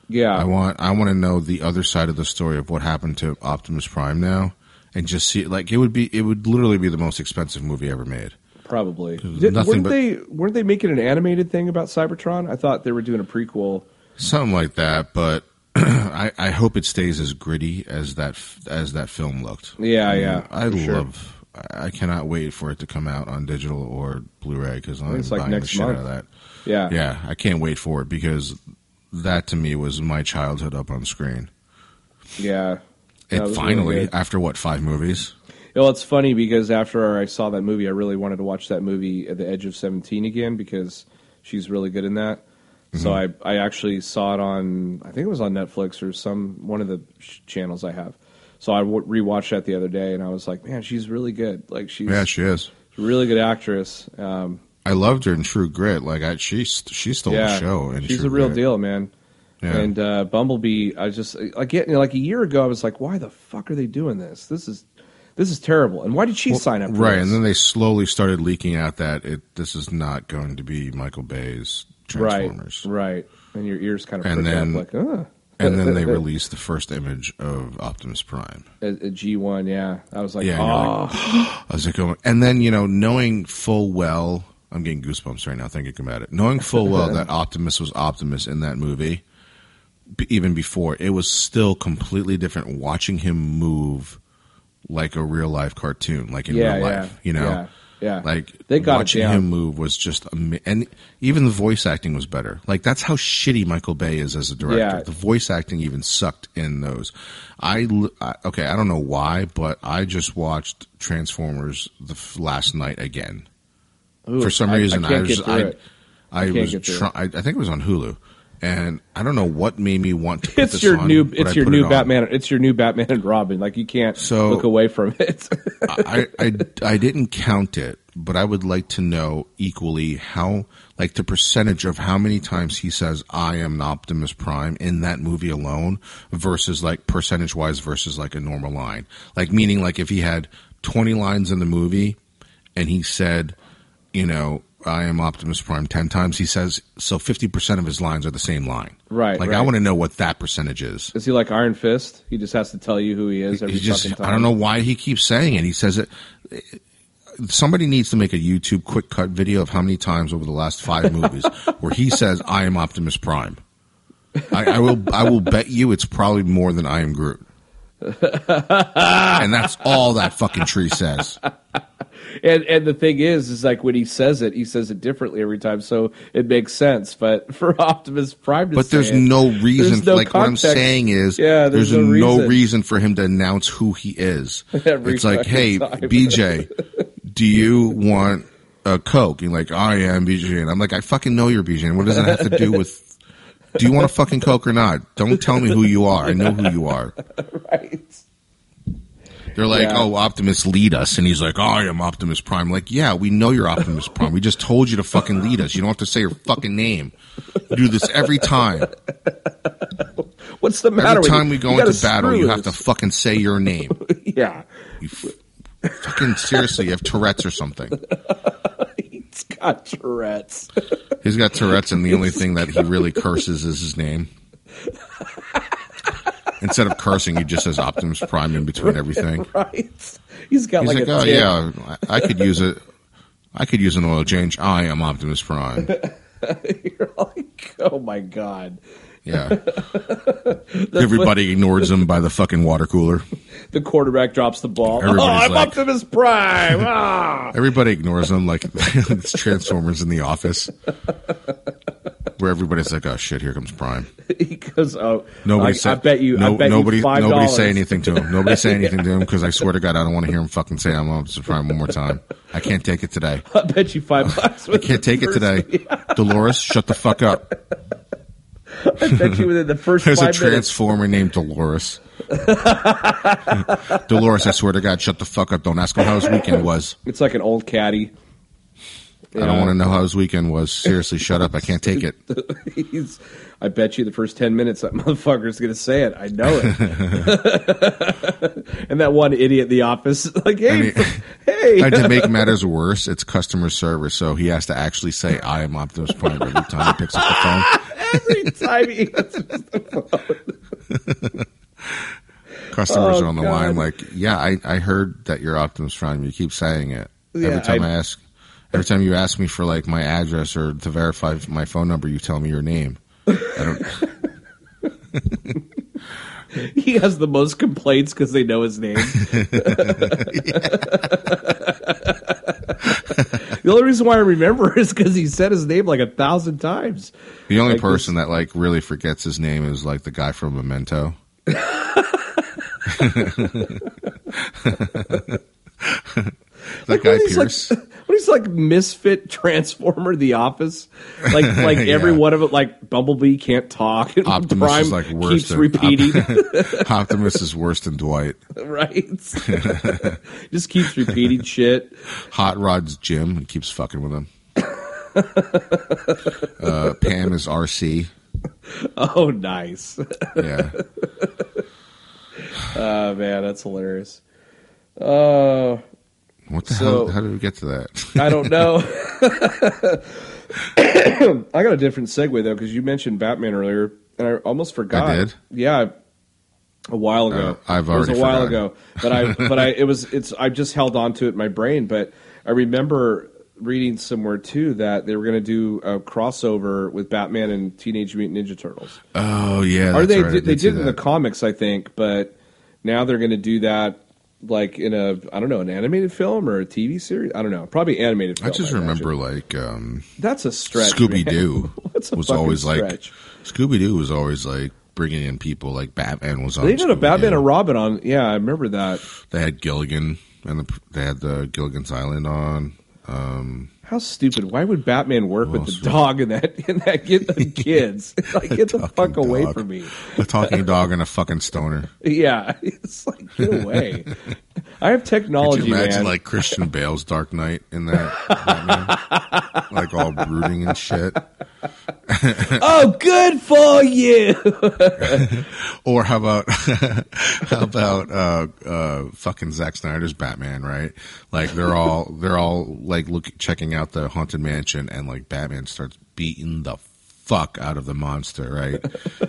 Yeah.
I want I want to know the other side of the story of what happened to Optimus Prime now, and just see like it would be it would literally be the most expensive movie ever made.
Probably.
was
Did, weren't
nothing but-
they weren't they making an animated thing about Cybertron? I thought they were doing a prequel.
something like that. But I, I hope it stays as gritty as that f- as that film looked.
Yeah,
I mean,
yeah,
I
for sure.
love. I I cannot wait for it to come out on digital or Blu-ray because I'm
it's like
buying the
next
shit out of that.
Yeah.
Yeah, I can't wait for it because that to me was my childhood up on screen.
Yeah. That
And
was really
finally,
good.
after what five movies?
Well, it's funny because after I saw that movie, I really wanted to watch that movie at the Edge of Seventeen again because she's really good in that. So I,
Mm-hmm.
I actually saw it on I think it was on Netflix or some one of the sh- channels I have. So I w- rewatched that the other day and I was like, man, she's really good. Like she's
Yeah, she is.
a really good actress. Um,
I loved her in True Grit. Like I, she, st- she stole
yeah,
the show. In
she's
True
a real
Grit.
deal, man.
Yeah.
And uh, Bumblebee, I just like you know, like a year ago, I was like, why the fuck are they doing this? This is this is terrible. And why did she sign up? For
right,
this?
and then they slowly started leaking out that it this is not going to be Michael Bay's Transformers.
Right, right. And your ears kind of
And
prick
then-
up like, uh
And then they released the first image of Optimus Prime.
a, a G one, yeah. I was like,
Yeah, and you're
oh,
like, I was like, oh my- and then you know, knowing full well, I'm getting goosebumps right now thinking about it. Knowing full well that Optimus was Optimus in that movie, b- even before it was still completely different. Watching him move like a real life cartoon, like in
yeah,
real
yeah,
life, you know.
yeah, yeah.
Like
They got it
watching
down.
him move was just ama- and even the voice acting was better. Like that's how shitty Michael Bay is as a director.
Yeah.
The voice acting even sucked in those. I, l- I- okay, I don't know why, but I just watched Transformers the f- last night again
Ooh,
for some
I-
reason.
I
I,
can't
was
get through
I,
it.
I,
can't
was
get through
try- I, I think it was on Hulu, and I don't know what made me want to. Put
It's
this
your
on,
new,
but I
it's your
put it
new
on.
Batman, it's your new Batman and Robin. Like you can't
So-
look away from it.
I, I I didn't count it, but I would like to know equally how, like the percentage of how many times he says "I am an Optimus Prime" in that movie alone, versus like percentage wise versus like a normal line. Like meaning like if he had twenty lines in the movie, and he said, you know, "I am Optimus Prime" ten times, he says so fifty percent of his lines are the same line.
Right,
Like I
right.
want to know what that percentage is.
is he like Iron Fist? He just has to tell you who he is every
He just,
fucking time.
I don't know why he keeps saying it. He says it. Somebody needs to make a YouTube quick cut video of how many times over the last five movies where he says, "I am Optimus Prime." I, I will. I will bet you it's probably more than I am Groot. and that's all that fucking tree says.
And and the thing is, is like when he says it, he says it differently every time, so it makes sense. But for Optimus Prime to
But
say
there's
it-
no reason.
there's no
like what I'm
context.
saying is,
Yeah, there's no reason.
for him to announce who he is.
Every
it's like,
fucking
hey,
time.
BJ, do you want a Coke? And like, I am BJ, and I'm like, I fucking know you're BJ. And what does it have to do with? Do you want a fucking Coke or not? Don't tell me who you are. I know who you are.
right.
They're like,
Yeah.
oh, Optimus, lead us. And he's like, "Oh, I am Optimus Prime. Like, yeah, we know you're Optimus Prime. We just told you to fucking lead us. You don't have to say your fucking name. You do this every time.
What's the matter?
Every
with you?
time we go
You gotta
into battle,
screw
you have to
this.
fucking say your name.
yeah.
You f- fucking seriously, you have Tourette's or something.
He's got Tourette's.
He's got Tourette's, and the only thing that he really curses is his name. Instead of cursing, he just says Optimus Prime in between everything.
right? He's got
He's
like,
like,
a
oh
tick.
yeah, I, I could use it. I could use an oil change. I am Optimus Prime.
You're like, oh my god.
Yeah. Everybody ignores him by the fucking water cooler.
The quarterback drops the ball. Oh,
Everybody's
I'm
like-
Optimus Prime. Ah.
Everybody ignores him like it's Transformers in the office, where everybody's like, "Oh shit, here comes Prime."
because oh,
Nobody
I,
said.
I bet you.
no-
I bet
nobody.
you five
nobody
dollars.
say anything to him. Nobody say anything to him because I swear to God, I don't want to hear him fucking say, "I'm on Prime" one more time. I can't take it today.
I bet you five bucks.
I can't take it today. Dolores, shut the fuck up.
I bet you within the first
There's a
five minutes.
transformer named Dolores. Dolores, I swear to God, shut the fuck up. Don't ask him how his weekend was.
It's like an old caddy.
I
Yeah.
don't want to know how his weekend was. Seriously, shut up. I can't take it.
He's, I bet you the first 10 minutes that motherfucker's going to say it. I know it. and that one idiot in the office, like, hey,
mean-
hey.
And to make matters worse, it's customer service, so he has to actually say, "I am Optimus Prime" every time he picks up the phone.
Every time he answers the
Customers
Oh,
are on the
God.
line, like, "Yeah, I, I heard that you're Optimus Prime. You keep saying it
Yeah,
every time
I-
I, ask. Every time you ask me for like my address or to verify my phone number, you tell me your name. I don't.
he has the most complaints because they know his name. the only reason why I remember is because he said his name like a thousand times.
The only
Like this-
person that like really forgets his name is like the guy from Memento. that guy
when he's
Pierce.
Like, when he's like misfit transformer, The Office, like like
Yeah.
every one of it, like Bumblebee can't talk, and
Optimus
Prime
is like worse
keeps
than
repeating,
Optimus is worse than Dwight.
right? Just keeps repeating shit.
Hot Rod's Jim and keeps fucking with him. uh, Pam is RC.
Oh, nice.
Yeah.
Oh man, that's hilarious. Uh,
What the
So-
hell? How did we get to that?
I don't know. I got a different segue though because you mentioned Batman earlier, and I almost forgot.
I did?
Yeah, a while ago.
Oh, I've
it was
already
a while
forgotten.
ago, but I but I it was it's I just held on to it in my brain, but I remember reading somewhere too that they were going to do a crossover with Batman and Teenage Mutant Ninja Turtles.
oh yeah.
Or
that's
they
right. I
did, they
see
did it in the
that.
comics, I think, but now they're going to do that like in a I don't know an animated film or a TV series. I don't know, probably animated.
I
Film,
just
imagine.
remember like um,
that's a stretch.
Scooby Doo
That's a
was
fucking
always
stretch.
like Scooby Doo was always like bringing in people like Batman was on.
man. They did a Batman
Scooby-Doo.
and Robin on. Yeah, I remember that.
They had Gilligan and the, they had the Gilligan's Island on. Um,
How stupid! Why would Batman work with
else
the
was-
dog and that and that get the kids? like get the fuck
fucking
away
dog.
from me!
a talking dog and a fucking stoner.
Yeah, it's like get away. I have
Could
technology,
you
man.
imagine like Christian Bale's Dark Knight in that? Batman? like all brooding and shit.
oh, good for you.
Or how about how about uh, uh, fucking Zack Snyder's Batman? Right? Like they're all they're all like look checking out the haunted mansion, and like Batman starts beating the fuck out of the monster, right?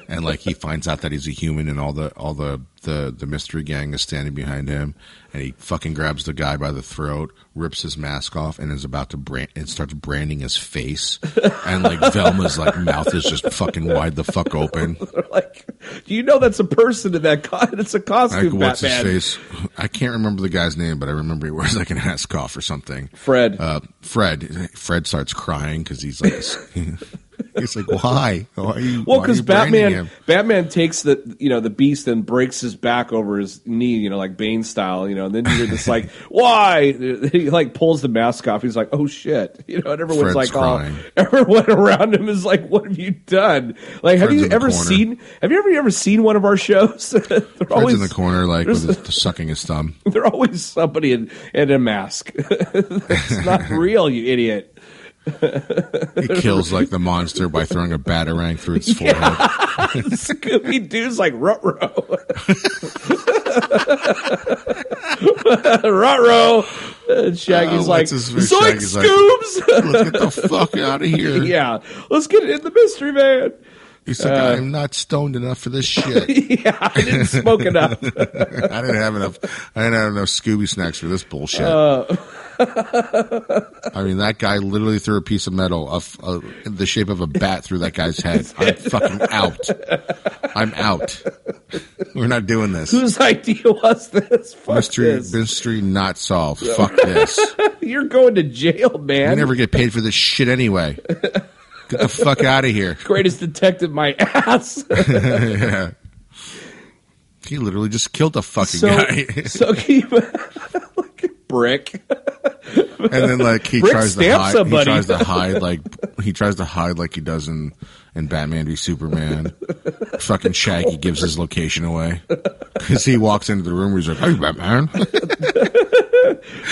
and like he finds out that he's a human, and all the all the the the mystery gang is standing behind him, and he fucking grabs the guy by the throat, rips his mask off, and is about to brand and starts branding his face, and like Velma's like mouth is just fucking wide the fuck open.
They're like, do you know that's a person in that? Co- it's a
Like,
costume,
what's
Batman.
his face? I can't remember the guy's name, but I remember he wears like an Ascoff or something.
Fred.
Uh, Fred. Fred starts crying because he's like, he's like, why? Why are you?
well,
why are
because
you branding
Batman,
him?"
Batman takes the you know the beast and breaks his back over his knee, you know, like Bane style, you know. And then you're just like, why? He like pulls the mask off. He's like, oh shit, you know. And everyone's like,
Fred's crying.
oh, everyone around him is like, what have you done? Like, have
Fred's
you
in the
ever
corner.
seen? Have you ever ever seen one of our shows? they're
Fred's
always
in the corner, like with his, sucking his thumb.
they're always somebody in, in a mask. it's not real, you idiot.
He kills like the monster by throwing a batarang through its forehead.
Scooby Doo's like Rutro. Rutro. And Shaggy's
Uh,
like,
what's his-
Zoink
Shaggy's like-
Scoobs.
Let's get the fuck out of here.
yeah, Uh, let's get it in the mystery van.
He's like, I'm not stoned enough for this shit.
yeah, I didn't smoke enough.
I didn't have enough. I didn't have enough Scooby snacks for this bullshit.
Uh.
I mean, that guy literally threw a piece of metal, a f- a- in the shape of a bat, through that guy's head. I'm fucking out. I'm out. We're not doing this.
Whose idea was this? Fuck
mystery,
this.
mystery not solved. Fuck this.
You're going to jail,
I
man.
never get paid for this shit anyway. Get the fuck out of here.
Greatest detective, my ass.
Yeah. He literally just killed a fucking
so,
guy,
so keep like a brick.
and then like he
Rick
tries to
stabbed
hide.
somebody.
He tries to hide like he tries to hide like he does in, in Batman v Superman. Fucking Shaggy gives his location away because he walks into the room. Where he's like, "Hey, Batman."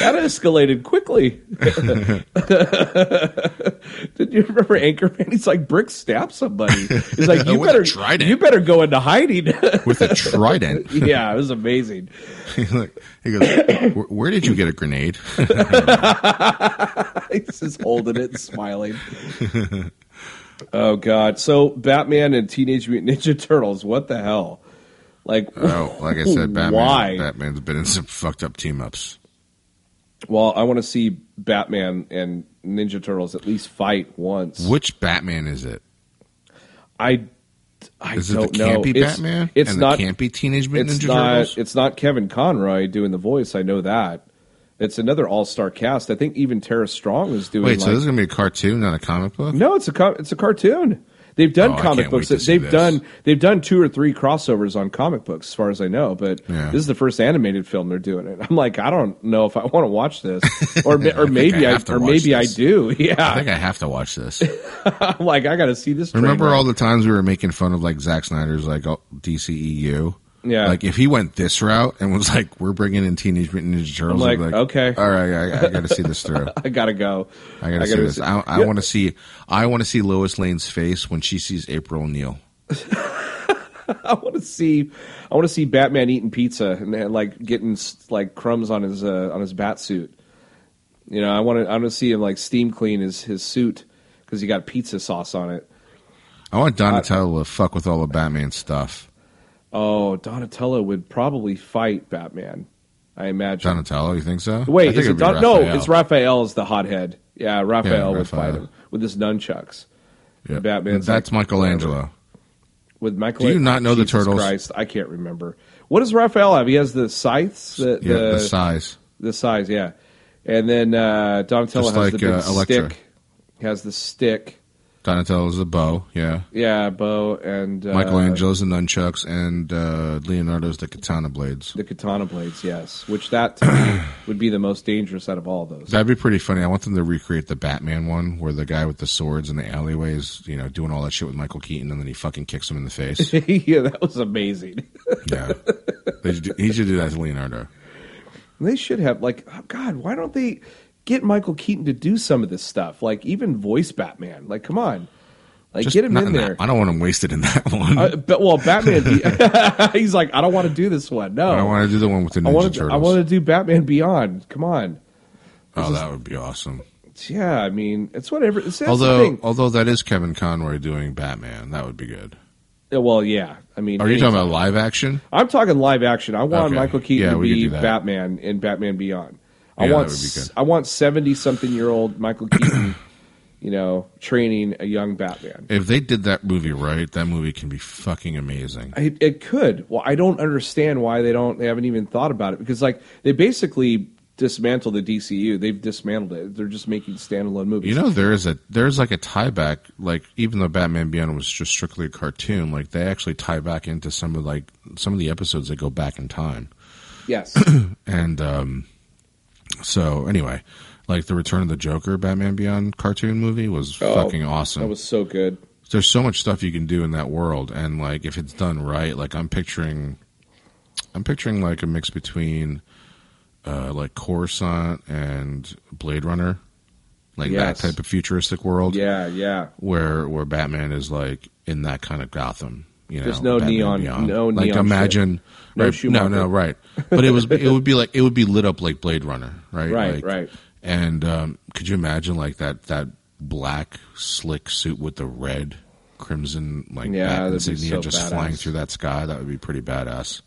That escalated quickly. Did you remember Anchorman? He's like Brick stabbed somebody. He's like you
With a
better
trident."
you better go into hiding.
with a trident.
yeah, it was amazing.
he goes, "Where- "Where did you get a grenade?"
He's just holding it, and smiling. oh God! So Batman and Teenage Mutant Ninja Turtles. What the hell? Like,
Oh, like I said, Batman.
Why?
Batman's been in some fucked up team ups.
well, I want to see Batman and Ninja Turtles at least fight once.
Which Batman is it?
I, I
Is it
don't
the
know.
campy
It's-
Batman?
It's
and
not.
the campy Teenage Mutant
It's
Ninja
not.
Turtles.
It's not Kevin Conroy doing the voice. I know that. It's another all-star cast. I think even Tara Strong is doing.
Wait, so
like-
this is gonna be a cartoon, not a comic book?
No, it's a co- it's a cartoon. They've done
Oh, I
comic
can't wait
books.
to see
They've
this.
done they've done two or three crossovers on comic books, as far as I know. But
Yeah.
this is the first animated film they're doing it. I'm like, I don't know if I want to watch this, or ma-
I
or
think
maybe
I
I,
have to
or
watch
maybe
this.
I do.
I
Yeah,
think I have to watch this.
I'm like I got to see this. train
Remember
wreck.
all the times we were making fun of like Zack Snyder's like oh, DCEU?
Yeah.
Like if he went this route and was like, "We're bringing in Teenage Mutant Ninja Turtles," I'd be
like, okay.
all right, I, I got to see this through.
I gotta go.
I got to see this. I, I want to see. I want to see Lois Lane's face when she sees April O'Neil.
I want to see. I want to see Batman eating pizza and, and like getting s- like crumbs on his uh, on his bat suit. You know, I want to. I want to see him like steam clean his his suit because he got pizza sauce on it.
I want Donatello to fuck with all the Batman stuff.
Oh, Donatello would probably fight Batman. I imagine.
Donatello, you think so? I
Wait,
think
is
it'd
it
be
Don- no?
Raphael.
It's Raphael is the hothead. Yeah, Raphael would
Raphael.
fight him with his nunchucks.
Yeah.
Batman's
That's
like-
Michelangelo.
With Michael.
Do you not know the
Jesus
Turtles?
Christ, I can't remember. What does Raphael have? He has the scythes. The,
Yeah, the,
the-
size.
the size, yeah. And then uh, Donatello has
Just like,
the big
uh, Elektra.
stick. Has the stick,
Donatello's the bow. Yeah.
yeah, bow and uh,
Michelangelo's the nunchucks, and uh, Leonardo's the katana blades.
the katana blades. Yes, which that to me would be the most dangerous out of all those.
That'd be pretty funny. I want them to recreate the Batman one where the guy with the swords in the alleyway is, you know, doing all that shit with Michael Keaton, and then he fucking kicks him in the face.
yeah, that was amazing.
yeah, they should do, he should do that to Leonardo.
They should have like, oh, God, why don't they get Michael Keaton to do some of this stuff? Like even voice Batman. Like, come on, like
Just
get him
not
in
that-
there.
I don't want him wasted in that one.
Uh, but well, Batman. he's like, I don't want to do this one. No,
I don't want to do the one with the
I
Ninja
want to.
Turtles.
I want to do Batman Beyond. Come on.
oh, that would be awesome.
Yeah, I mean, it's whatever. It's, that's the
Although,
thing.
although that is Kevin Conroy doing Batman, that would be good.
Yeah, Well, yeah. I mean,
Are you
any-
talking about live action?
I'm talking live action. I want
Okay.
Michael Keaton
Yeah,
to
we could
be
do that.
Batman in Batman Beyond. I
Yeah, that
want.
would be good.
I want seventy something year old Michael Keaton, you know, training a young Batman.
If they did that movie right, that movie can be fucking amazing.
It, it could. Well, I don't understand why they don't. They haven't even thought about it because, like, they basically dismantled the DCU. They've dismantled it. They're just making standalone movies.
You know, there is a there's like a tie back. Like even though Batman Beyond was just strictly a cartoon, like they actually tie back into some of like some of the episodes that go back in time.
Yes.
And um, so anyway, like the Return of the Joker Batman Beyond cartoon movie was
Oh,
fucking awesome.
that was so good.
there's so much stuff you can do in that world and like if it's done right like i'm picturing i'm picturing like a mix between uh like coruscant and blade runner like
Yes.
that type of futuristic world
Yeah. Yeah.
where where batman is like in that kind of gotham you know
There's no
Batman
neon- no
like
neon
imagine
No
right, no
Schumacher.
no right but it was it would be like it would be lit up like blade runner right
Right.
Like,
right.
and um, could you imagine like that that black slick suit with the red crimson like
Yeah,
bat
that'd be
insignia
so
just
badass.
flying through that sky? That would be pretty badass.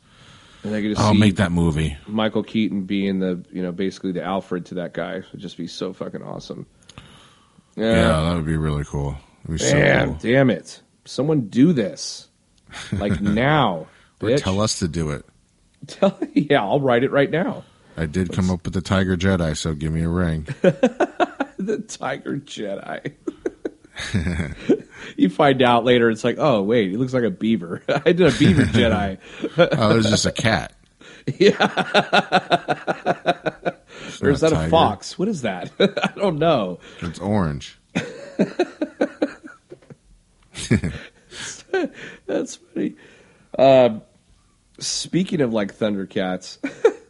And I could just
I'll
see
make that movie.
Michael Keaton being the you know basically the Alfred to that guy would just be so fucking awesome.
Yeah,
Yeah,
that would be really cool. It'd be so
man,
cool.
damn it! Someone do this like now.
Or
bitch.
tell us to do it.
Tell- yeah, I'll write it right now.
I did come up with the Tiger Jedi, so give me a ring.
The Tiger Jedi. you find out later, it's like, oh wait, he looks like a beaver. I did a beaver Jedi.
Oh, there's just a cat. Yeah.
or is that a fox? What is that? I don't know.
It's orange.
That's funny. Um, speaking of like Thundercats,
There's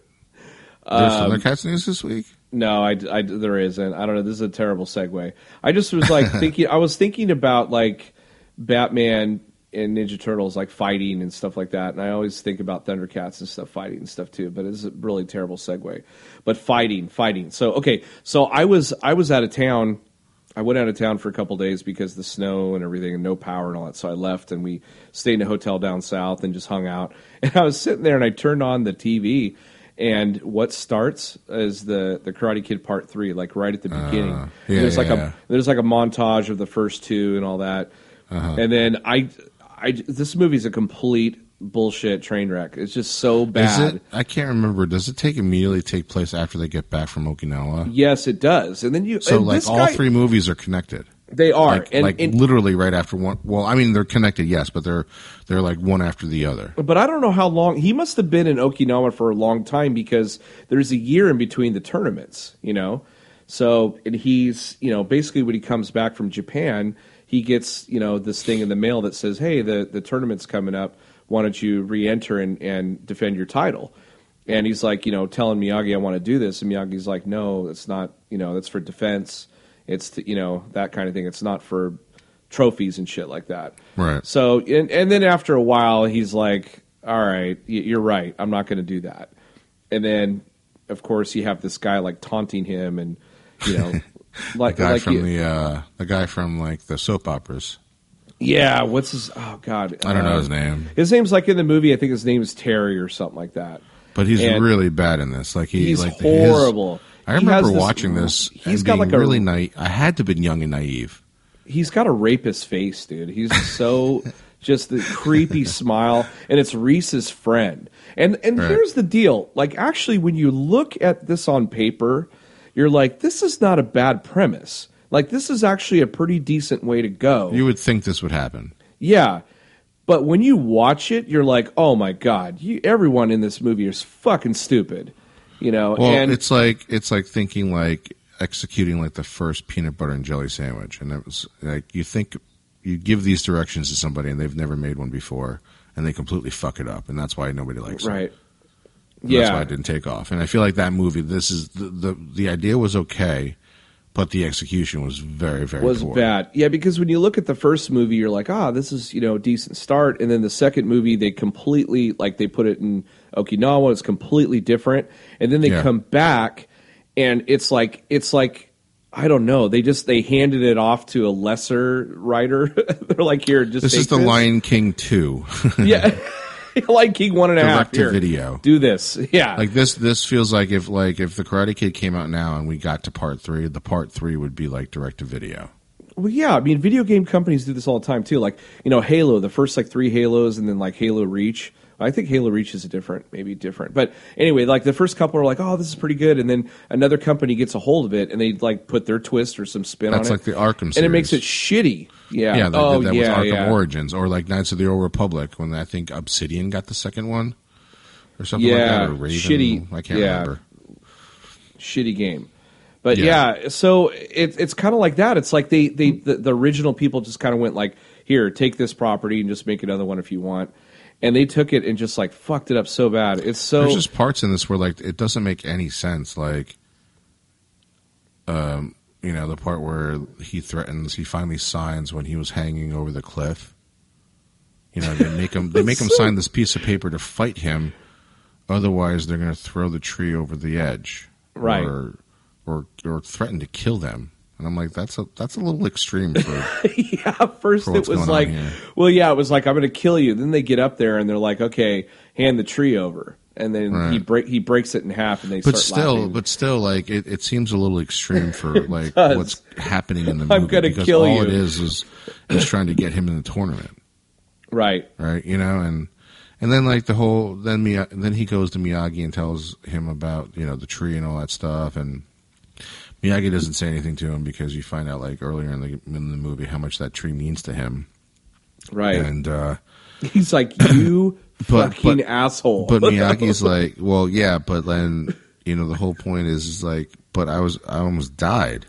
other cats news this week.
No, I, I- there isn't. I don't know. This is a terrible segue. I just was like thinking. I was thinking about like Batman and Ninja Turtles like fighting and stuff like that. And I always think about Thundercats and stuff fighting and stuff too. But it's a really terrible segue. But fighting, fighting. So okay, so I was I was out of town. I went out of town for a couple days because the snow and everything and no power and all that. So I left and we stayed in a hotel down south and just hung out. And I was sitting there and I turned on the TV and what starts is the the Karate Kid Part Three, like right at the beginning.
Ah, yeah,
there's like
yeah,
a
yeah.
there's like a montage of the first two and all that,
Uh-huh.
and then I, I this movie's a complete bullshit train wreck. It's just so bad.
Is it? I can't remember. Does it take immediately take place after they get back from Okinawa?
Yes, it does. And then you
So
and
like
this
all
guy-
three movies are connected.
they are
Like,
and,
like
and-
literally right after one. Well, I mean they're connected, yes, but they're they're like one after the other.
But I don't know how long he must have been in Okinawa for a long time because there's a year in between the tournaments, you know. So and he's you know basically when he comes back from Japan, he gets you know this thing in the mail that says, "Hey, the the tournament's coming up. Why don't you re-enter and and defend your title?" And he's like, you know, telling Miyagi, "I want to do this," and Miyagi's like, "No, that's not. You know, that's for defense. It's to, you know that kind of thing. It's not for." trophies and shit like that.
Right.
So and and then after a while, he's like, "All right, y- you're right. I'm not going to do that." And then, of course, you have this guy like taunting him, and you know,
The
like
guy
like
from
you-
the uh, the guy from like the soap operas.
yeah, what's his? Oh God,
I don't know
Uh,
his name,
His name's like in the movie. I think his name is Terry or something like that.
but he's
and
really bad in this. Like he
He's
like his-
horrible.
I
He has
remember
this-
watching this.
he's
and
got
being
like a-
really naive. I had to have been young and naive.
he's got a rapist face, dude. He's so just the creepy smile, and it's Reese's friend. And and
Right.
here's the deal: like actually, when you look at this on paper, you're like, this is not a bad premise. Like this is actually a pretty decent way to go.
You would think this would happen.
yeah. But when you watch it, you're like, "Oh my god! You, everyone in this movie is fucking stupid," you know.
Well,
and
it's like it's like thinking like executing like the first peanut butter and jelly sandwich, and it was like you think you give these directions to somebody and they've never made one before, and they completely fuck it up, and that's why nobody likes it.
right,
And
yeah,
That's why it didn't take off. And I feel like that movie, this is the the, the idea was okay, but the execution was very very
was
poor.
bad. Yeah, because when you look at the first movie, you're like, ah, this is you know a decent start, and then the second movie they completely like they put it in Okinawa, it's completely different, and then they
Yeah.
come back, and it's like it's like. I don't know. They just they handed it off to a lesser writer. They're like, here, just
This
take
is the Lion King two,
Yeah, like King one and a half.
direct to
Here,
video.
do this. Yeah,
Like this, this feels like if like if the Karate Kid came out now and we got to part three, the part three would be like direct to video.
Well, yeah, I mean, video game companies do this all the time too. Like, you know, Halo, the first like three Halos, and then like Halo Reach. I think Halo Reach is a different, maybe different. But anyway, like the first couple are like, oh, this is pretty good, and then another company gets a hold of it and they like put their twist or some spin
That's
on
like
it.
the Arkham
and it makes it shitty.
series.
Yeah,
Yeah, they
oh
did that
yeah,
with Arkham
yeah.
Origins or like Knights of the Old Republic when I think Obsidian got the second one or something
Yeah,
like that. Or Raven.
shitty-
I can't
yeah.
remember.
shitty game. But yeah,
Yeah.
so it, it's kind of like that. It's like they, they the, the original people just kind of went like, here, take this property and just make another one if you want. And they took it and just like fucked it up so bad. It's so
There's just parts in this where like it doesn't make any sense. Like, um, you know, the part where he threatens, he finally signs when he was hanging over the cliff. You know, they make him they make him sign this piece of paper to fight him. Otherwise, they're going to throw the tree over the edge,
Right.
Or, or or threaten to kill them. And I'm like, that's a that's a little extreme for
yeah, first
For
it
what's
was
going on
like,
here.
well, yeah, it was like I'm going to kill you. Then they get up there and they're like, okay, hand the tree over, and then he
Right.
break he breaks it in half, and they
but
start
still,
laughing.
but still, like it, it seems a little extreme for like
does.
what's happening in the movie.
I'm gonna
because
kill
all
you.
it is is is trying to get him in the tournament,
right,
right? You know, and and then like the whole then Mia, then he goes to Miyagi and tells him about you know the tree and all that stuff, and Miyagi doesn't say anything to him because you find out like earlier in the in the movie how much that tree means to him,
right.
and uh,
He's like, you
But-
fucking
but-
asshole.
But Miyagi's like, well, yeah, but then you know the whole point is, is like, but I was I almost died.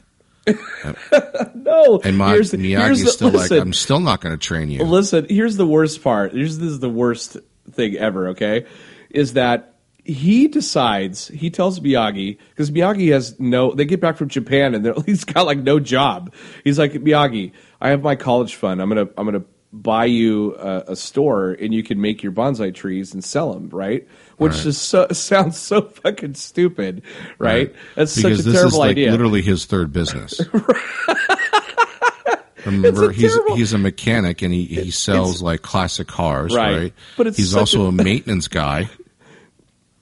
no,
And my
here's the- here's
Miyagi's
the-
still
listen,
like, I'm still not going to train you.
Listen, here's the worst part. Here's this is the worst thing ever. Okay, is that he decides he tells Miyagi because Miyagi has no. They get back from Japan and they're- he's got like no job. He's like Miyagi, I have my college fund. I'm gonna I'm gonna buy you a, a store and you can make your bonsai trees and sell them, right? Which
Right.
is so, sounds so fucking stupid, right? That's
because
such a
this
terrible
is like
idea.
literally his third business. Remember,
It's a
he's
terrible-
he's a mechanic and he, he sells like classic cars,
Right.
right?
But it's
he's
such
also a, maintenance guy.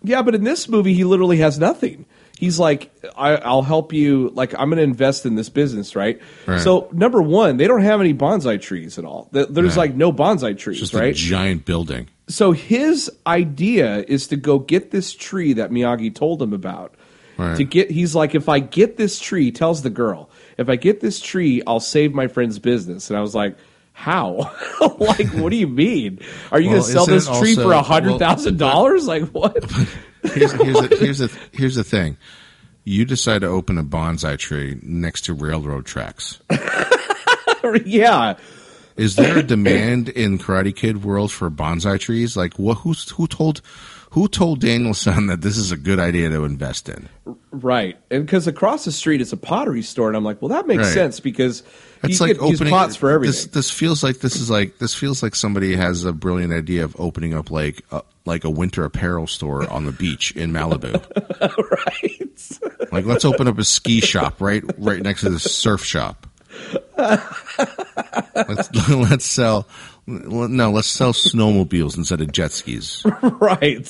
Yeah, but in this movie, he literally has nothing. He's like, I, I'll help you. Like, I'm going to invest in this business, right?
Right.
So, number one, they don't have any bonsai trees at all. Th- There's
Right.
like no bonsai trees,
Just a
right?
giant building.
so, his idea is to go get this tree that Miyagi told him about.
Right.
To get, he's like, if I get this tree, he tells the girl, if I get this tree, I'll save my friend's business. And I was like, how? like, what do you mean? Are you
Well,
going to sell
isn't
this
it
tree
also-
for a hundred thousand dollars? Like, what?
Here's here's the, here's the here's the thing. You decide to open a bonsai tree next to railroad tracks.
yeah.
Is there a demand in Karate Kid world for bonsai trees? Like, what? Who's who told who told Danielson that this is a good idea to invest in?
Right, and because across the street is a pottery store, and I'm like, well, that makes
Right.
sense because
It's
you
like
could use
opening
pots for everything.
This, this feels like this is like this feels like somebody has a brilliant idea of opening up like a, like a winter apparel store on the beach in Malibu.
right?
like, let's open up a ski shop right right next to the surf shop. Let's let's sell no, let's sell snowmobiles instead of jet skis.
right.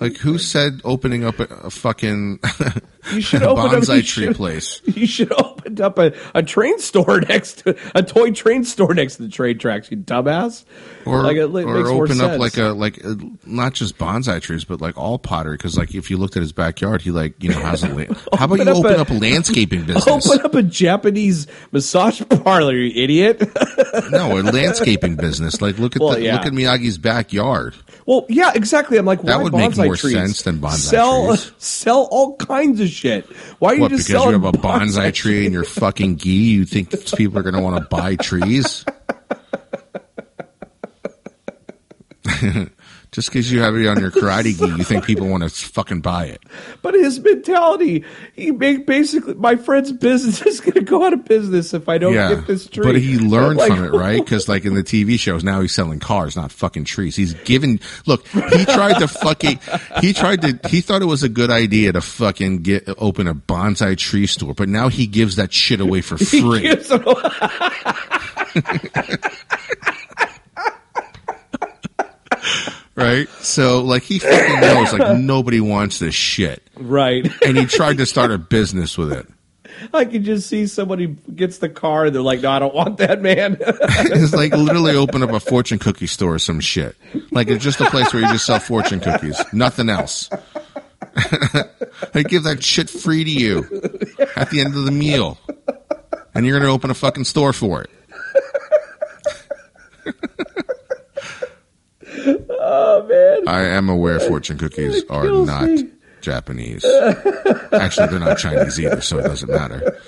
Like who said opening up a, a fucking
You should open up-
bonsai
you
tree
should-
place?
You should open up a, a train store next to a toy train store next to the train tracks. You dumbass.
Or,
Like, it li-
or
makes more
open up
sense.
like a like uh not just bonsai trees, but like all pottery. Because like if you looked at his backyard, he like you know has a land. How about you
up
open
a-
up a landscaping business?
Open up a Japanese massage parlor, you idiot.
no, a landscaping business. Like look at
Well,
the,
yeah.
look at Miyagi's backyard.
well, yeah, exactly. I'm like,
That
why
would make
bonsai
more
trees?
sense than bonsai
sell,
trees.
Sell all kinds of shit. Why are
What
you just
because you
selling
have a bonsai, tree in your fucking gi? You think that people are going to want to buy trees? just because you have it on your karate gi, you think people want to fucking buy it?
But his mentality, he make basically my friend's business is going to go out of business if I don't
Yeah,
get this tree.
but he learned
Like,
from it, right? Because like in the TV shows, now he's selling cars, not fucking trees. He's given. Look, he tried to fucking. He tried to. He thought it was a good idea to fucking get open a bonsai tree store, but now he gives that shit away for free.
gives it away.
right? So like he fucking knows like nobody wants this shit,
right.
and he tried to start a business with it.
I can just see somebody gets the car. They're like, "No, I don't want that, man."
It's like literally open up a fortune cookie store or some shit. Like it's just a place where you just sell fortune cookies, nothing else. I give that shit free to you at the end of the meal, and you're gonna open a fucking store for it.
oh man,
I am aware fortune cookies are
kills
not
me.
Japanese. Actually, they're not Chinese either, so it doesn't matter.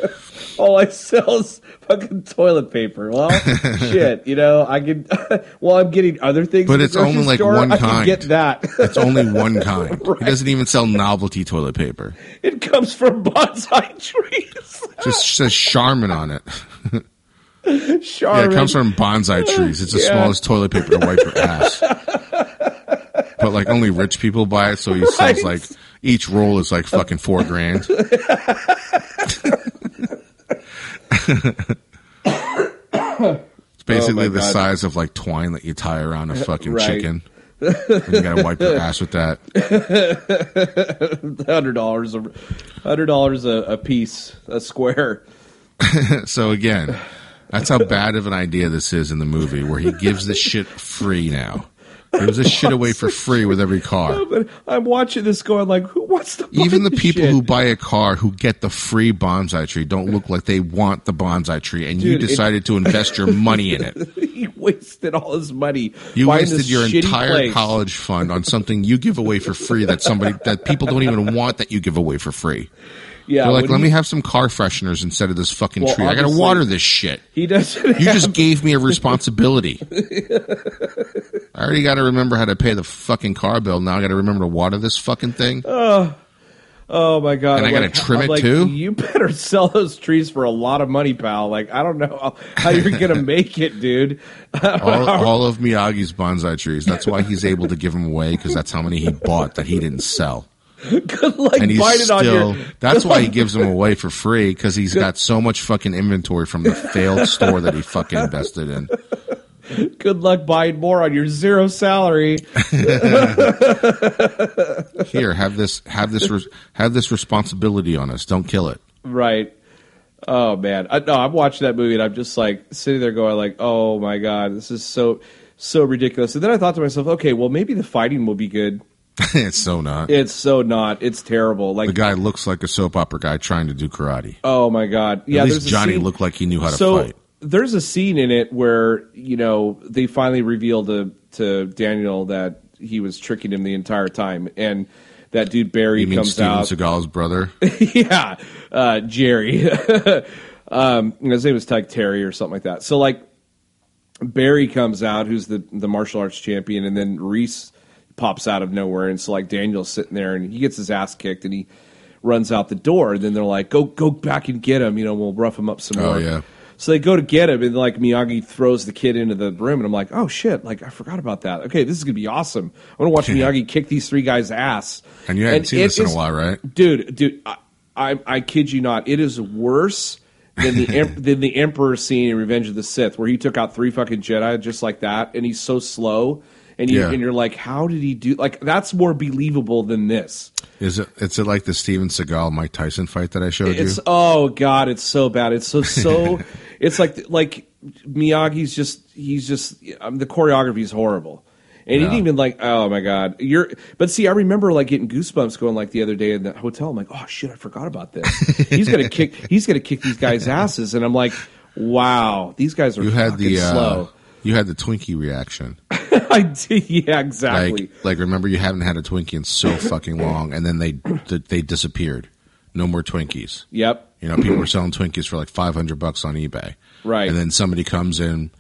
all I sell is fucking toilet paper. Well, shit, you know, I can. While I'm getting other things,
But
at the
it's only,
grocery
like,
store,
one
I can
kind.
get that.
It's only one kind. He doesn't even sell novelty toilet paper.
it comes from bonsai trees.
Just says Charmin on it. Yeah,
Charmin.
it comes from bonsai trees. It's the
Yeah.
smallest toilet paper to wipe your ass. But like only rich people buy it, so he
Right.
sells like each roll is like fucking four grand. it's basically
Oh, my
the
God.
size of like twine that you tie around a fucking
Right.
chicken. And you gotta wipe your ass with that.
hundred dollars, hundred dollars a a piece, a square.
So again, that's how bad of an idea this is in the movie, where he gives this shit free now. He gives this shit away for free with every car.
But I'm watching this going like, who wants to? Buy
Even the
this
people
shit?
who buy a car who get the free bonsai tree don't look like they want the bonsai tree, and
Dude,
you
it-
decided to invest your money in it.
he wasted all his money.
You
buying
wasted
this
your
shitty
entire
place.
college fund on something you give away for free that somebody that people don't even want that you give away for free.
Yeah,
They're like,
when
let
he-
me have some car fresheners instead of this fucking
Well,
tree. I gotta
obviously-
water this shit.
He doesn't.
You
have-
just gave me a responsibility. I already got to remember how to pay the fucking car bill. Now I got to remember to water this fucking thing.
Oh my god!
And I
I'm
gotta
like-
trim
I'm
it
like,
too?
You better sell those trees for a lot of money, pal. Like I don't know how, how you're gonna make it, dude.
all, all of Miyagi's bonsai trees. That's why he's able to give them away because that's how many he bought that he didn't sell.
Good luck biting
And he's
on
still.
your.
That's why he gives them away for free because he's got so much fucking inventory from the failed store that he fucking invested in.
Good luck buying more on your zero salary.
Here, have this, have this, res- have this responsibility on us. Don't kill it.
Right. Oh man. I, no, I'm watching that movie and I'm just like sitting there going like, "Oh my god, this is so so ridiculous." And then I thought to myself, "Okay, well maybe the fighting will be good."
it's so not.
It's so not. It's terrible. Like,
the guy looks like a soap opera guy trying to do karate.
oh my god. Yeah,
At
there's
least
a
Johnny
scene-
looked like he knew how to
so
fight.
there's a scene in it where you know they finally reveal to to Daniel that he was tricking him the entire time, and that dude Barry
You mean
comes
Steven
out.
Seagal's brother?
yeah, uh, Jerry. um, his name is Tyke Terry or something like that. So like Barry comes out, who's the the martial arts champion, and then Reese pops out of nowhere, and so like Daniel's sitting there, and he gets his ass kicked, and he runs out the door, and then they're like, "Go, go back and get him," you know, we'll rough him up some
Oh,
more.
yeah.
So they go to get him, and like Miyagi throws the kid into the room, and I'm like, "Oh shit! Like I forgot about that. Okay, this is gonna be awesome. I'm gonna watch Miyagi kick these three guys' ass."
And you hadn't seen
it
this in a
is-
while, right?
dude, dude, I, I, I kid you not, it is worse than the em- than the Emperor scene in Revenge of the Sith, where he took out three fucking Jedi just like that, and he's so slow, and you
Yeah.
and you're like, how did he do? Like that's more believable than this.
Is it? Is it like the Steven Seagal Mike Tyson fight that I showed
It's
you?
oh god, it's so bad. It's so so. it's like like Miyagi's just he's just um, the choreography is horrible. And he
Yeah.
didn't even like. Oh my god, you're. But see, I remember like getting goosebumps going like the other day in the hotel. I'm like, oh shit, I forgot about this. he's gonna kick. He's gonna kick these guys' asses, and I'm like, wow, these guys are
You had the uh,
slow.
you had the Twinkie reaction.
I did, yeah, exactly.
Like like remember you haven't had a Twinkie in so fucking long, and then they th- they disappeared. No more Twinkies.
yep.
You know, people were selling Twinkies for like five hundred bucks on eBay.
Right.
And then somebody comes in,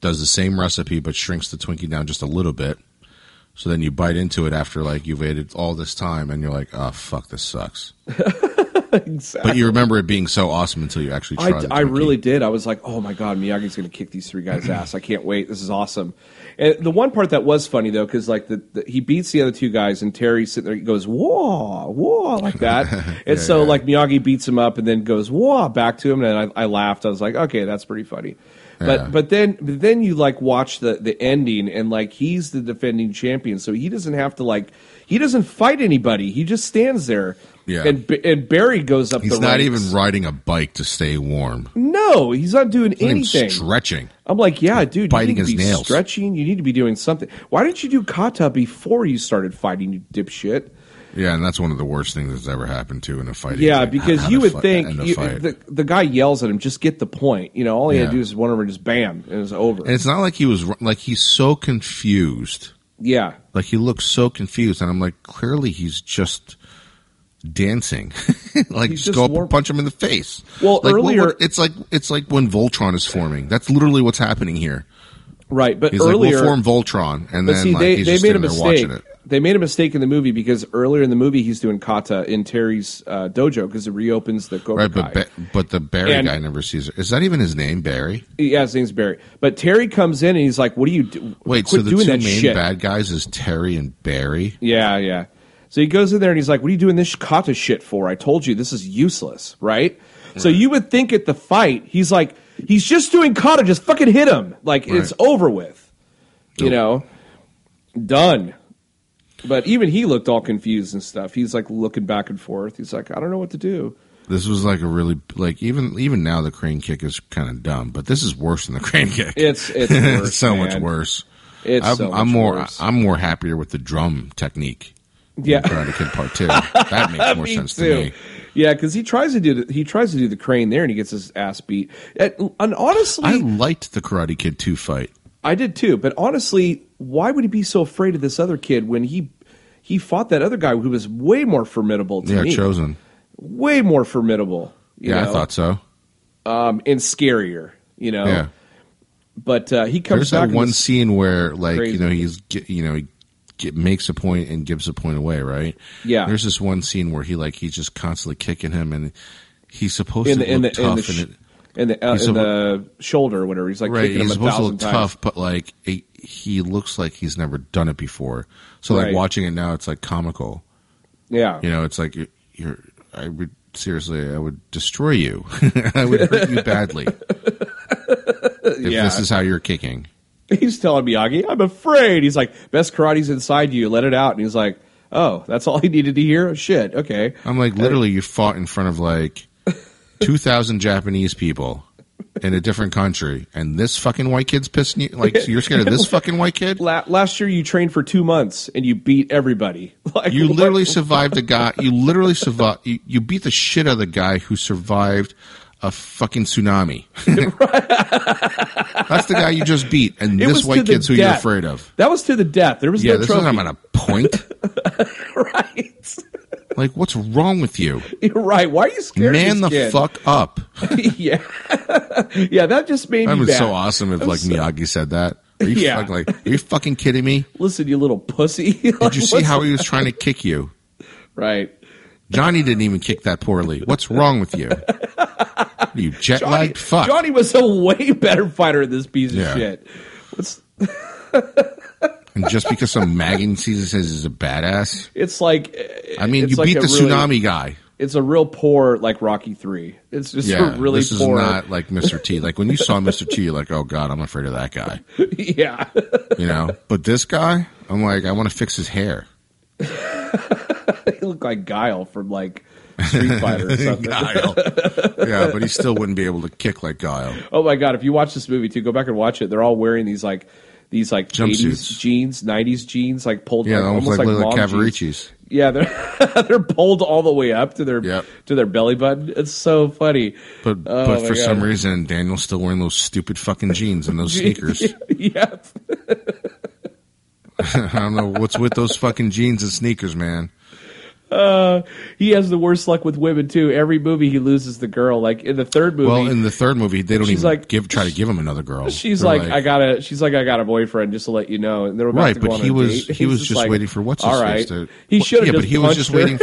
does the same recipe but shrinks the Twinkie down just a little bit. So then you bite into it after like you've waited all this time, and you're like, oh fuck, this sucks.
Exactly.
But you remember it being so awesome until you actually tried.
I,
the
I
Twinkie.
really did. I was like, oh my god, Miyagi's going to kick these three guys' ass. I can't wait. This is awesome. And the one part that was funny though, because like the, the he beats the other two guys, and Terry's sitting there. He goes whoa, whoa, like that. And so
yeah.
like Miyagi beats him up, and then goes whoa back to him. And I, I laughed. I was like, okay, that's pretty funny.
Yeah.
But but then but then you like watch the the ending, and like he's the defending champion, so he doesn't have to like. He doesn't fight anybody. He just stands there.
Yeah.
And Ba- and Barry goes up
He's
the
not
ranks.
even riding a bike to stay warm.
No, he's not doing
Not even
anything.
stretching.
I'm like, yeah, dude,
biting
you need to
his
be
nails.
stretching. You need to be doing something. Why didn't you do kata before you started fighting, you dipshit?
Yeah, and that's one of the worst things that's ever happened to in a fight.
Yeah, because you would think you,
fight.
the the guy yells at him, just get the point. You know, all he had
Yeah.
to do is one over, and just bam, and it's over.
and it's not like he was ru- like he's so confused.
yeah,
Like he looks so confused, and I'm like, clearly he's just dancing. like
He's
just,
just
go up
warm-
and punch him in the face.
Well,
like, what-
earlier-
what- it's like it's like when Voltron is forming. That's literally what's happening here.
right. But
He's like,
earlier,
we'll form Voltron, and
but
then
see,
like
they,
he's
they
just
made a
sitting there
mistake.
watching it.
They made a mistake in the movie because earlier in the movie he's doing kata in Terry's uh, dojo because it reopens the Cobra
Right, but
Kai.
ba- but the Barry
And-
guy never sees it. Is that even his name, Barry?
yeah, his name's Barry. But Terry comes in and he's like, "What do you do?
Wait,
quit
so the
doing
two
that
main
shit."
bad guys is Terry and Barry.
Yeah, yeah. So he goes in there and he's like, "What are you doing this kata shit for? I told you this is useless, right?" So you would think at the fight, he's like, "He's just doing kata, just fucking hit him, like it's
Right.
over with," you
Nope.
know, done. But even he looked all confused and stuff. He's like looking back and forth. He's like, "I don't know what to do."
This was like a really like even even now the crane kick is kind of dumb, but this is worse than the crane kick.
It's it's worse,
so much
man.
worse.
It's
I'm,
so much
I'm more
worse.
I'm more happier with the drum technique. in
Yeah.
Karate Kid Part Two. That makes more
Me
sense
too.
to me.
Yeah, because he tries to do the, he tries to do the crane there, and he gets his ass beat. And, and honestly,
I liked the Karate Kid Two fight.
I did too, but honestly, why would he be so afraid of this other kid when he he fought that other guy who was way more formidable to
Yeah,
me?
chosen.
way more formidable. you
yeah, I
know,
thought so.
um, and scarier. You know,
Yeah.
but uh, he comes
There's that
back.
one
and-
scene where, like,
crazy.
you know, he's ge- you know he ge- makes a point and gives a point away, right?
Yeah.
There's this one scene where he like he's just constantly kicking him, and he's supposed
in
to
the in
look
the in the
tough,
sh-
and it,
in the, uh,
he's
in
suppo-
the shoulder or whatever. He's like
right,
kicking
he's
him a
supposed to
thousand
look
times.
tough, but like it, he looks like he's never done it before. So like
Right.
watching it now, it's like comical.
Yeah,
You know, it's like you're, you're I would seriously, I would destroy you. I would hurt you badly if
yeah.
this is how you're kicking.
he's telling Miyagi, "I'm afraid." He's like, "Best karate's inside you. Let it out." And he's like, "Oh, that's all he needed to hear. Shit. Okay."
I'm like, literally, you fought in front of like 2,000 Japanese people in a different country, and this fucking white kid's pissing you. Like, so you're scared of this fucking white kid?
La- last year you trained for two months and you beat everybody. Like
You
what?
literally survived a guy. You literally survived. You, you beat the shit out of the guy who survived a fucking tsunami. That's the guy you just beat, and
It was
this
to
white
the
kid's who you're
death.
afraid of.
That was to the death. There was
Yeah,
no
this
trophy.
isn't about a point.
right.
Like, what's wrong with you?
You're right. Why are you scared?
Man the
of this kid?
fuck up.
yeah, yeah. That just made
That
me
would be
mad.
so awesome if like Miyagi said that. Are you
Yeah.
fucking like are you fucking kidding me?
Listen, you little pussy.
Did you see how he was trying to kick you?
right?
Johnny didn't even kick that poorly. What's wrong with you? You jet lagged fuck.
Johnny was a way better fighter than this piece
Yeah.
of shit. What's
And just because some magazine sees says he's a badass.
it's like?
I mean,
it's
you
like
beat
a
the
really-
tsunami guy.
It's a real poor like Rocky Three. It's just
Yeah,
a really
this is
poor.
not like Mr. T. Like when you saw Mr. T, you're like, oh god, I'm afraid of that guy.
yeah,
You know. But this guy, I'm like, I want to fix his hair.
he looked like Guile from like Street Fighter or something.
Guile. yeah, but he still wouldn't be able to kick like Guile.
Oh my god! If you watch this movie too, go back and watch it. They're all wearing these like these like eighties
Jumpsuits.
jeans, nineties jeans, like pulled
Yeah,
like,
almost, like, little
mom jeans.
Cavaricci's.
Yeah, they're they're pulled all the way up to their
Yep.
to their belly button. It's so funny.
But
Oh,
but
my
for
God.
some reason, Daniel's still wearing those stupid fucking jeans and those sneakers.
yeah,
I don't know what's with those fucking jeans and sneakers, man.
he has the worst luck with women too. Every movie he loses the girl. Like in the third movie,
Well, in the third movie, they don't
She's
even
like-
give try to give him another girl.
she's
They're
like, I got a. She's like, I got a boyfriend. Just to let you know. And they're about
right,
to go
but
on
he
a
was
date.
he
He's
was just
like,
waiting for what's his
all
face
right.
to.
He
Well,
should have.
Yeah, but
just
he was
punched
just
her.
waiting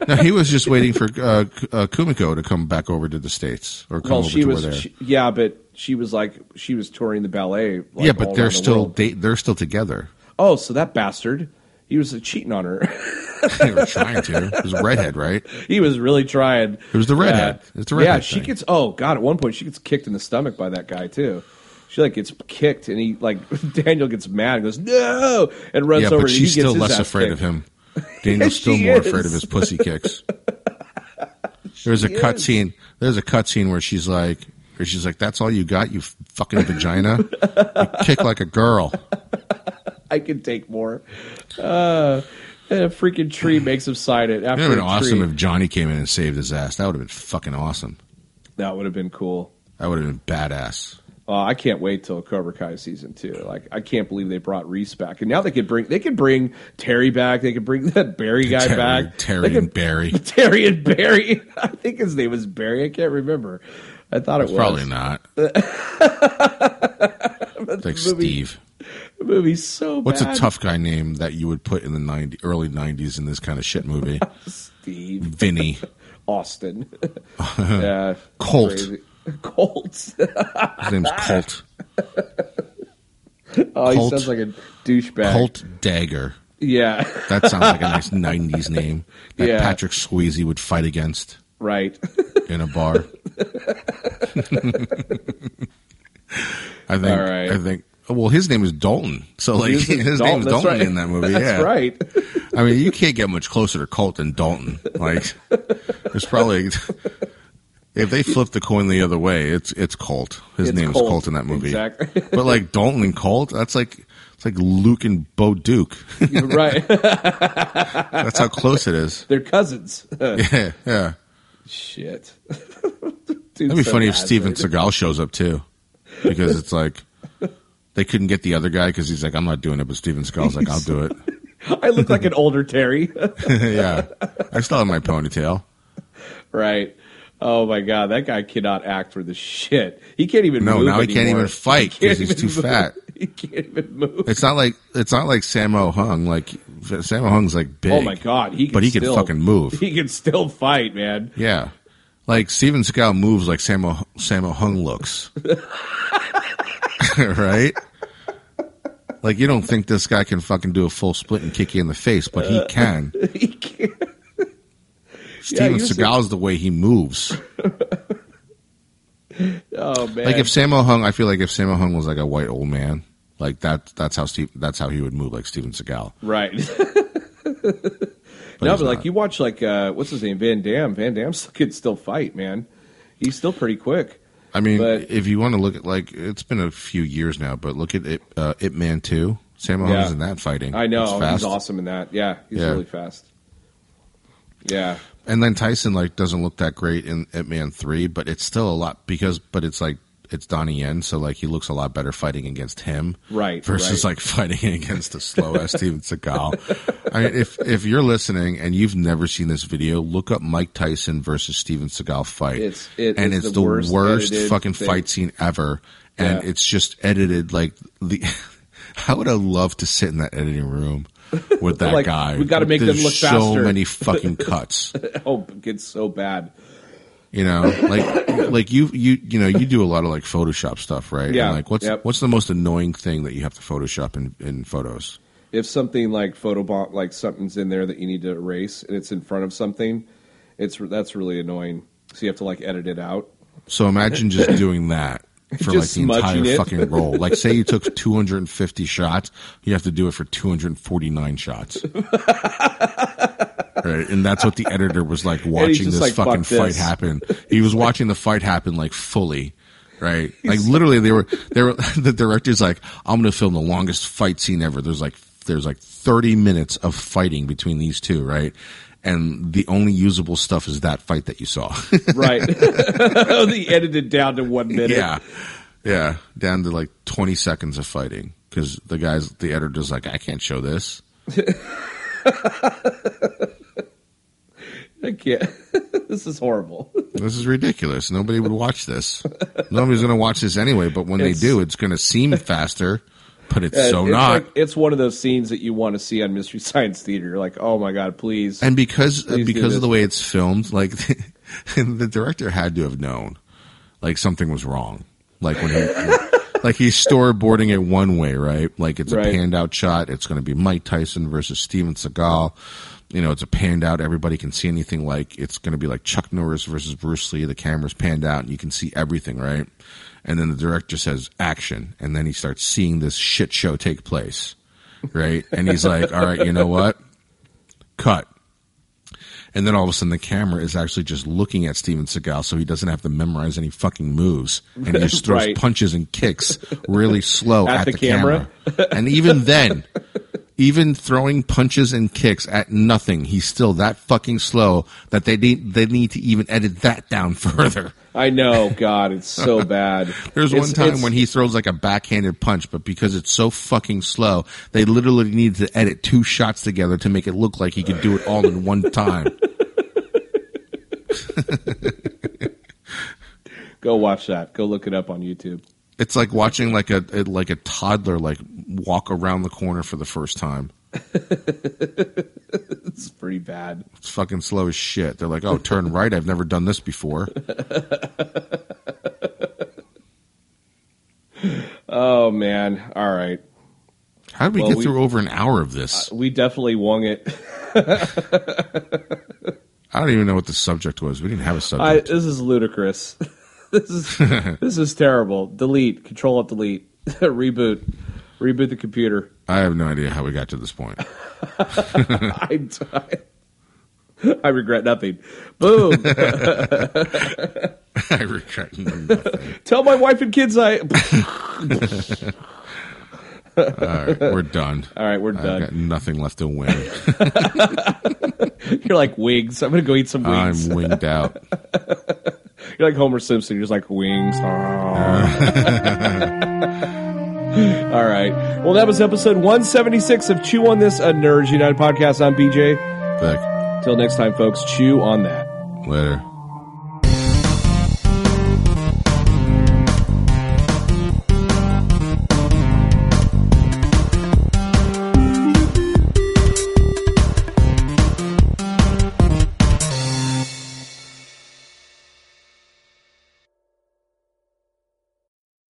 for. no, he was just waiting for uh, K- uh, Kumiko to come back over to the states or come
Well,
over
she
to
was.
where they're.
she- yeah, but she was like she was touring the ballet. Like,
yeah,
all
but
around
they're
the
still
world.
they, they're still together.
Oh, so that bastard. He was cheating on her.
they were trying to. It was a redhead, right?
he was really trying.
It was the redhead. It's the
Yeah,
redhead
she
thing.
gets. Oh God, at one point she gets kicked in the stomach by that guy too. She like gets kicked, and he like Daniel gets mad and goes no, and runs
Yeah,
over.
but
and he
she's
gets
still
his
less
ass
afraid
kicked.
of him. Daniel's still
She
more
is.
afraid of his pussy kicks. There's a
She is.
cutscene. There's a cutscene where she's like, where she's like, "That's all you got, you fucking vagina. You kick like a girl."
I can take more. Uh, and a freaking tree makes him sign it.
It
After
would have been
a
awesome
tree.
if Johnny came in and saved his ass. That would have been fucking awesome.
that would have been cool.
That would have been badass.
Uh, I can't wait till Cobra Kai season two. Like, I can't believe they brought Reese back, and now they could bring they could bring Terry back. They could bring that Barry guy
Terry,
back.
Terry
They
and
could-
Barry.
Terry and Barry. I think his name was Barry. I can't remember. I thought it was
Probably not. like
movie-
Steve.
The movie's so
What's
bad.
a tough guy name that you would put in the 90, early 90s in this kind of shit movie?
Steve
Vinny.
Austin? yeah,
Colt.
crazy. Colt.
His name's Colt.
Oh, he
Colt.
sounds like a douchebag.
Colt Dagger.
Yeah,
That sounds like a nice 90s name that
Yeah.
Patrick Swayze would fight against
right.
in a bar. I think.
All right.
I think. oh, Well, his name is Dalton. So, like,
His name's
his,
Dalton,
name is
that's
Dalton
right.
in that movie.
That's
yeah.
right.
I mean, you can't get much closer to Colt than Dalton. Like, there's probably if they flip the coin the other way, it's it's Colt. His
It's
name
Colt.
is Colt in that movie.
Exactly.
but like Dalton and Colt, that's like it's like Luke and Bo Duke.
You're right.
that's how close it is.
They're cousins.
Yeah, yeah.
Shit.
That'd be funny if Steven Seagal shows up too, because it's like they couldn't get the other guy because he's like, I'm not doing it, but Steven Seagal's like, I'll do it.
I look like an older Terry.
yeah, I still have my ponytail.
right. Oh my god, that guy cannot act for the shit. He can't even.
No,
move
now he can't
anymore.
even fight
He can't
'cause he's
even
too
move.
fat.
He can't even move.
It's not like it's not like Sammo Hung. Like Sammo Hung's like big.
Oh my god, he can
But he can
still,
fucking move.
He can still fight, man.
Yeah. Like Steven Seagal moves like Sammo Sammo Hung looks. right? Like you don't think this guy can fucking do a full split and kick you in the face, but he can.
He can't.
Steven
you're so-
Seagal's the way he moves.
Oh man,
Like if Sammo Hung, I feel like if Sammo Hung was like a white old man, like that that's how Steve that's how he would move like Steven Seagal.
right.
But
no,
he's
but like
not.
you watch like uh, what's his name, Van Dam. Van Dam still could still fight, man. He's still pretty quick.
I mean,
But-
if you want to look at like it's been a few years now, but look at it uh Ip Man 2. Sammo
Yeah.
Hung's in that fighting.
I
It's
know he's
fast.
awesome in that. Yeah, he's
Yeah.
really fast. Yeah,
And then Tyson like doesn't look that great in Ip Man three, but it's still a lot because but it's like it's Donnie Yen, so like he looks a lot better fighting against him,
Right,
Versus
right.
like fighting against the slow ass Steven Seagal. I mean, if if you're listening and you've never seen this video, look up Mike Tyson versus Steven Seagal fight.
It's- it
and
is
it's
the
the, worst,
worst edited
fucking
thing.
fight scene ever, and
Yeah.
it's just edited like the. I would have loved to sit in that editing room with that
Like,
guy.
we gotta
Like,
make them
there's
look
so
faster.
many fucking cuts
oh, it gets so bad.
you know like like you you you know you do a lot of like photoshop stuff right
Yeah,
and like what's
yep.
what's the most annoying thing that you have to photoshop in in photos
if something like photobomb like something's in there that you need to erase and it's in front of something it's that's really annoying so you have to like edit it out
so imagine just doing that for like
Just
the entire
smudging it.
fucking roll like say you took 250 shots you have to do it for 249 shots Right, and that's what the editor was like watching
just
this
like,
fucking
"Fuck this."
fight happen. He was watching the fight happen like fully, right? Like literally, they were they were the director's like, "I'm going to film the longest fight scene ever." There's like there's like 30 minutes of fighting between these two, right? And the only usable stuff is that fight that you saw.
right they edited down to one minute
yeah, yeah, down to like 20 seconds of fighting because the guys, the editor's like, "I can't show this."
i can't this is horrible
This is ridiculous. Nobody would watch this. Nobody's going to watch this anyway, but when
It's-
they do, it's going to seem faster, but it's so
it's
not.
like, it's one of those scenes that you want to see on mystery science theater You're like oh my god please
and because uh,
Please do
because
this.
of the way it's filmed, like the director had to have known like something was wrong. Like when he like he's storyboarding it one way, right? Like it's a
Right.
panned out shot. It's going to be Mike Tyson versus Steven Seagal. You know, it's a panned out. Everybody can see anything. Like it's going to be like Chuck Norris versus Bruce Lee. The camera's panned out, and you can see everything, right? And then the director says action, and then he starts seeing this shit show take place, right? And he's like, "All right, you know what? Cut." And then all of a sudden, the camera is actually just looking at Steven Seagal, so he doesn't have to memorize any fucking moves, and he just throws
Right.
punches and kicks really slow at, the, camera. and even then, even throwing punches and kicks at nothing, he's still that fucking slow that they need, they need to even edit that down further.
i know god it's so bad
There's
It's-
one time
it's-
when he throws like a backhanded punch, but because it's so fucking slow, they literally needed to edit two shots together to make it look like he could do it all in one time.
go watch that go look it up on youtube
It's like watching like a it- like a toddler like walk around the corner for the first time.
it's pretty bad
It's fucking slow as shit. They're like, "Oh, turn right. I've never done this before."
oh man all right
How did we
Well,
get
we-
through over an hour of this?
we definitely won it
I don't even know what the subject was. We didn't have
I,
a subject.
this is ludicrous. this is this is terrible. Delete. Control Alt Delete. Reboot. Reboot the computer.
I, have no idea how we got to this point.
I, I, I regret nothing. Boom.
I regret nothing.
Tell my wife and kids I.
All right, we're done.
All right, we're
I've
done.
got nothing left to win.
You're like wings. I'm gonna go eat some wings.
I'm winged out.
You're like Homer Simpson. You're just like wings. All right. Well, that was episode 176 of Chew on This, a Nerds United podcast. I'm BJ.
Back
Till next time, folks. Chew on that.
later.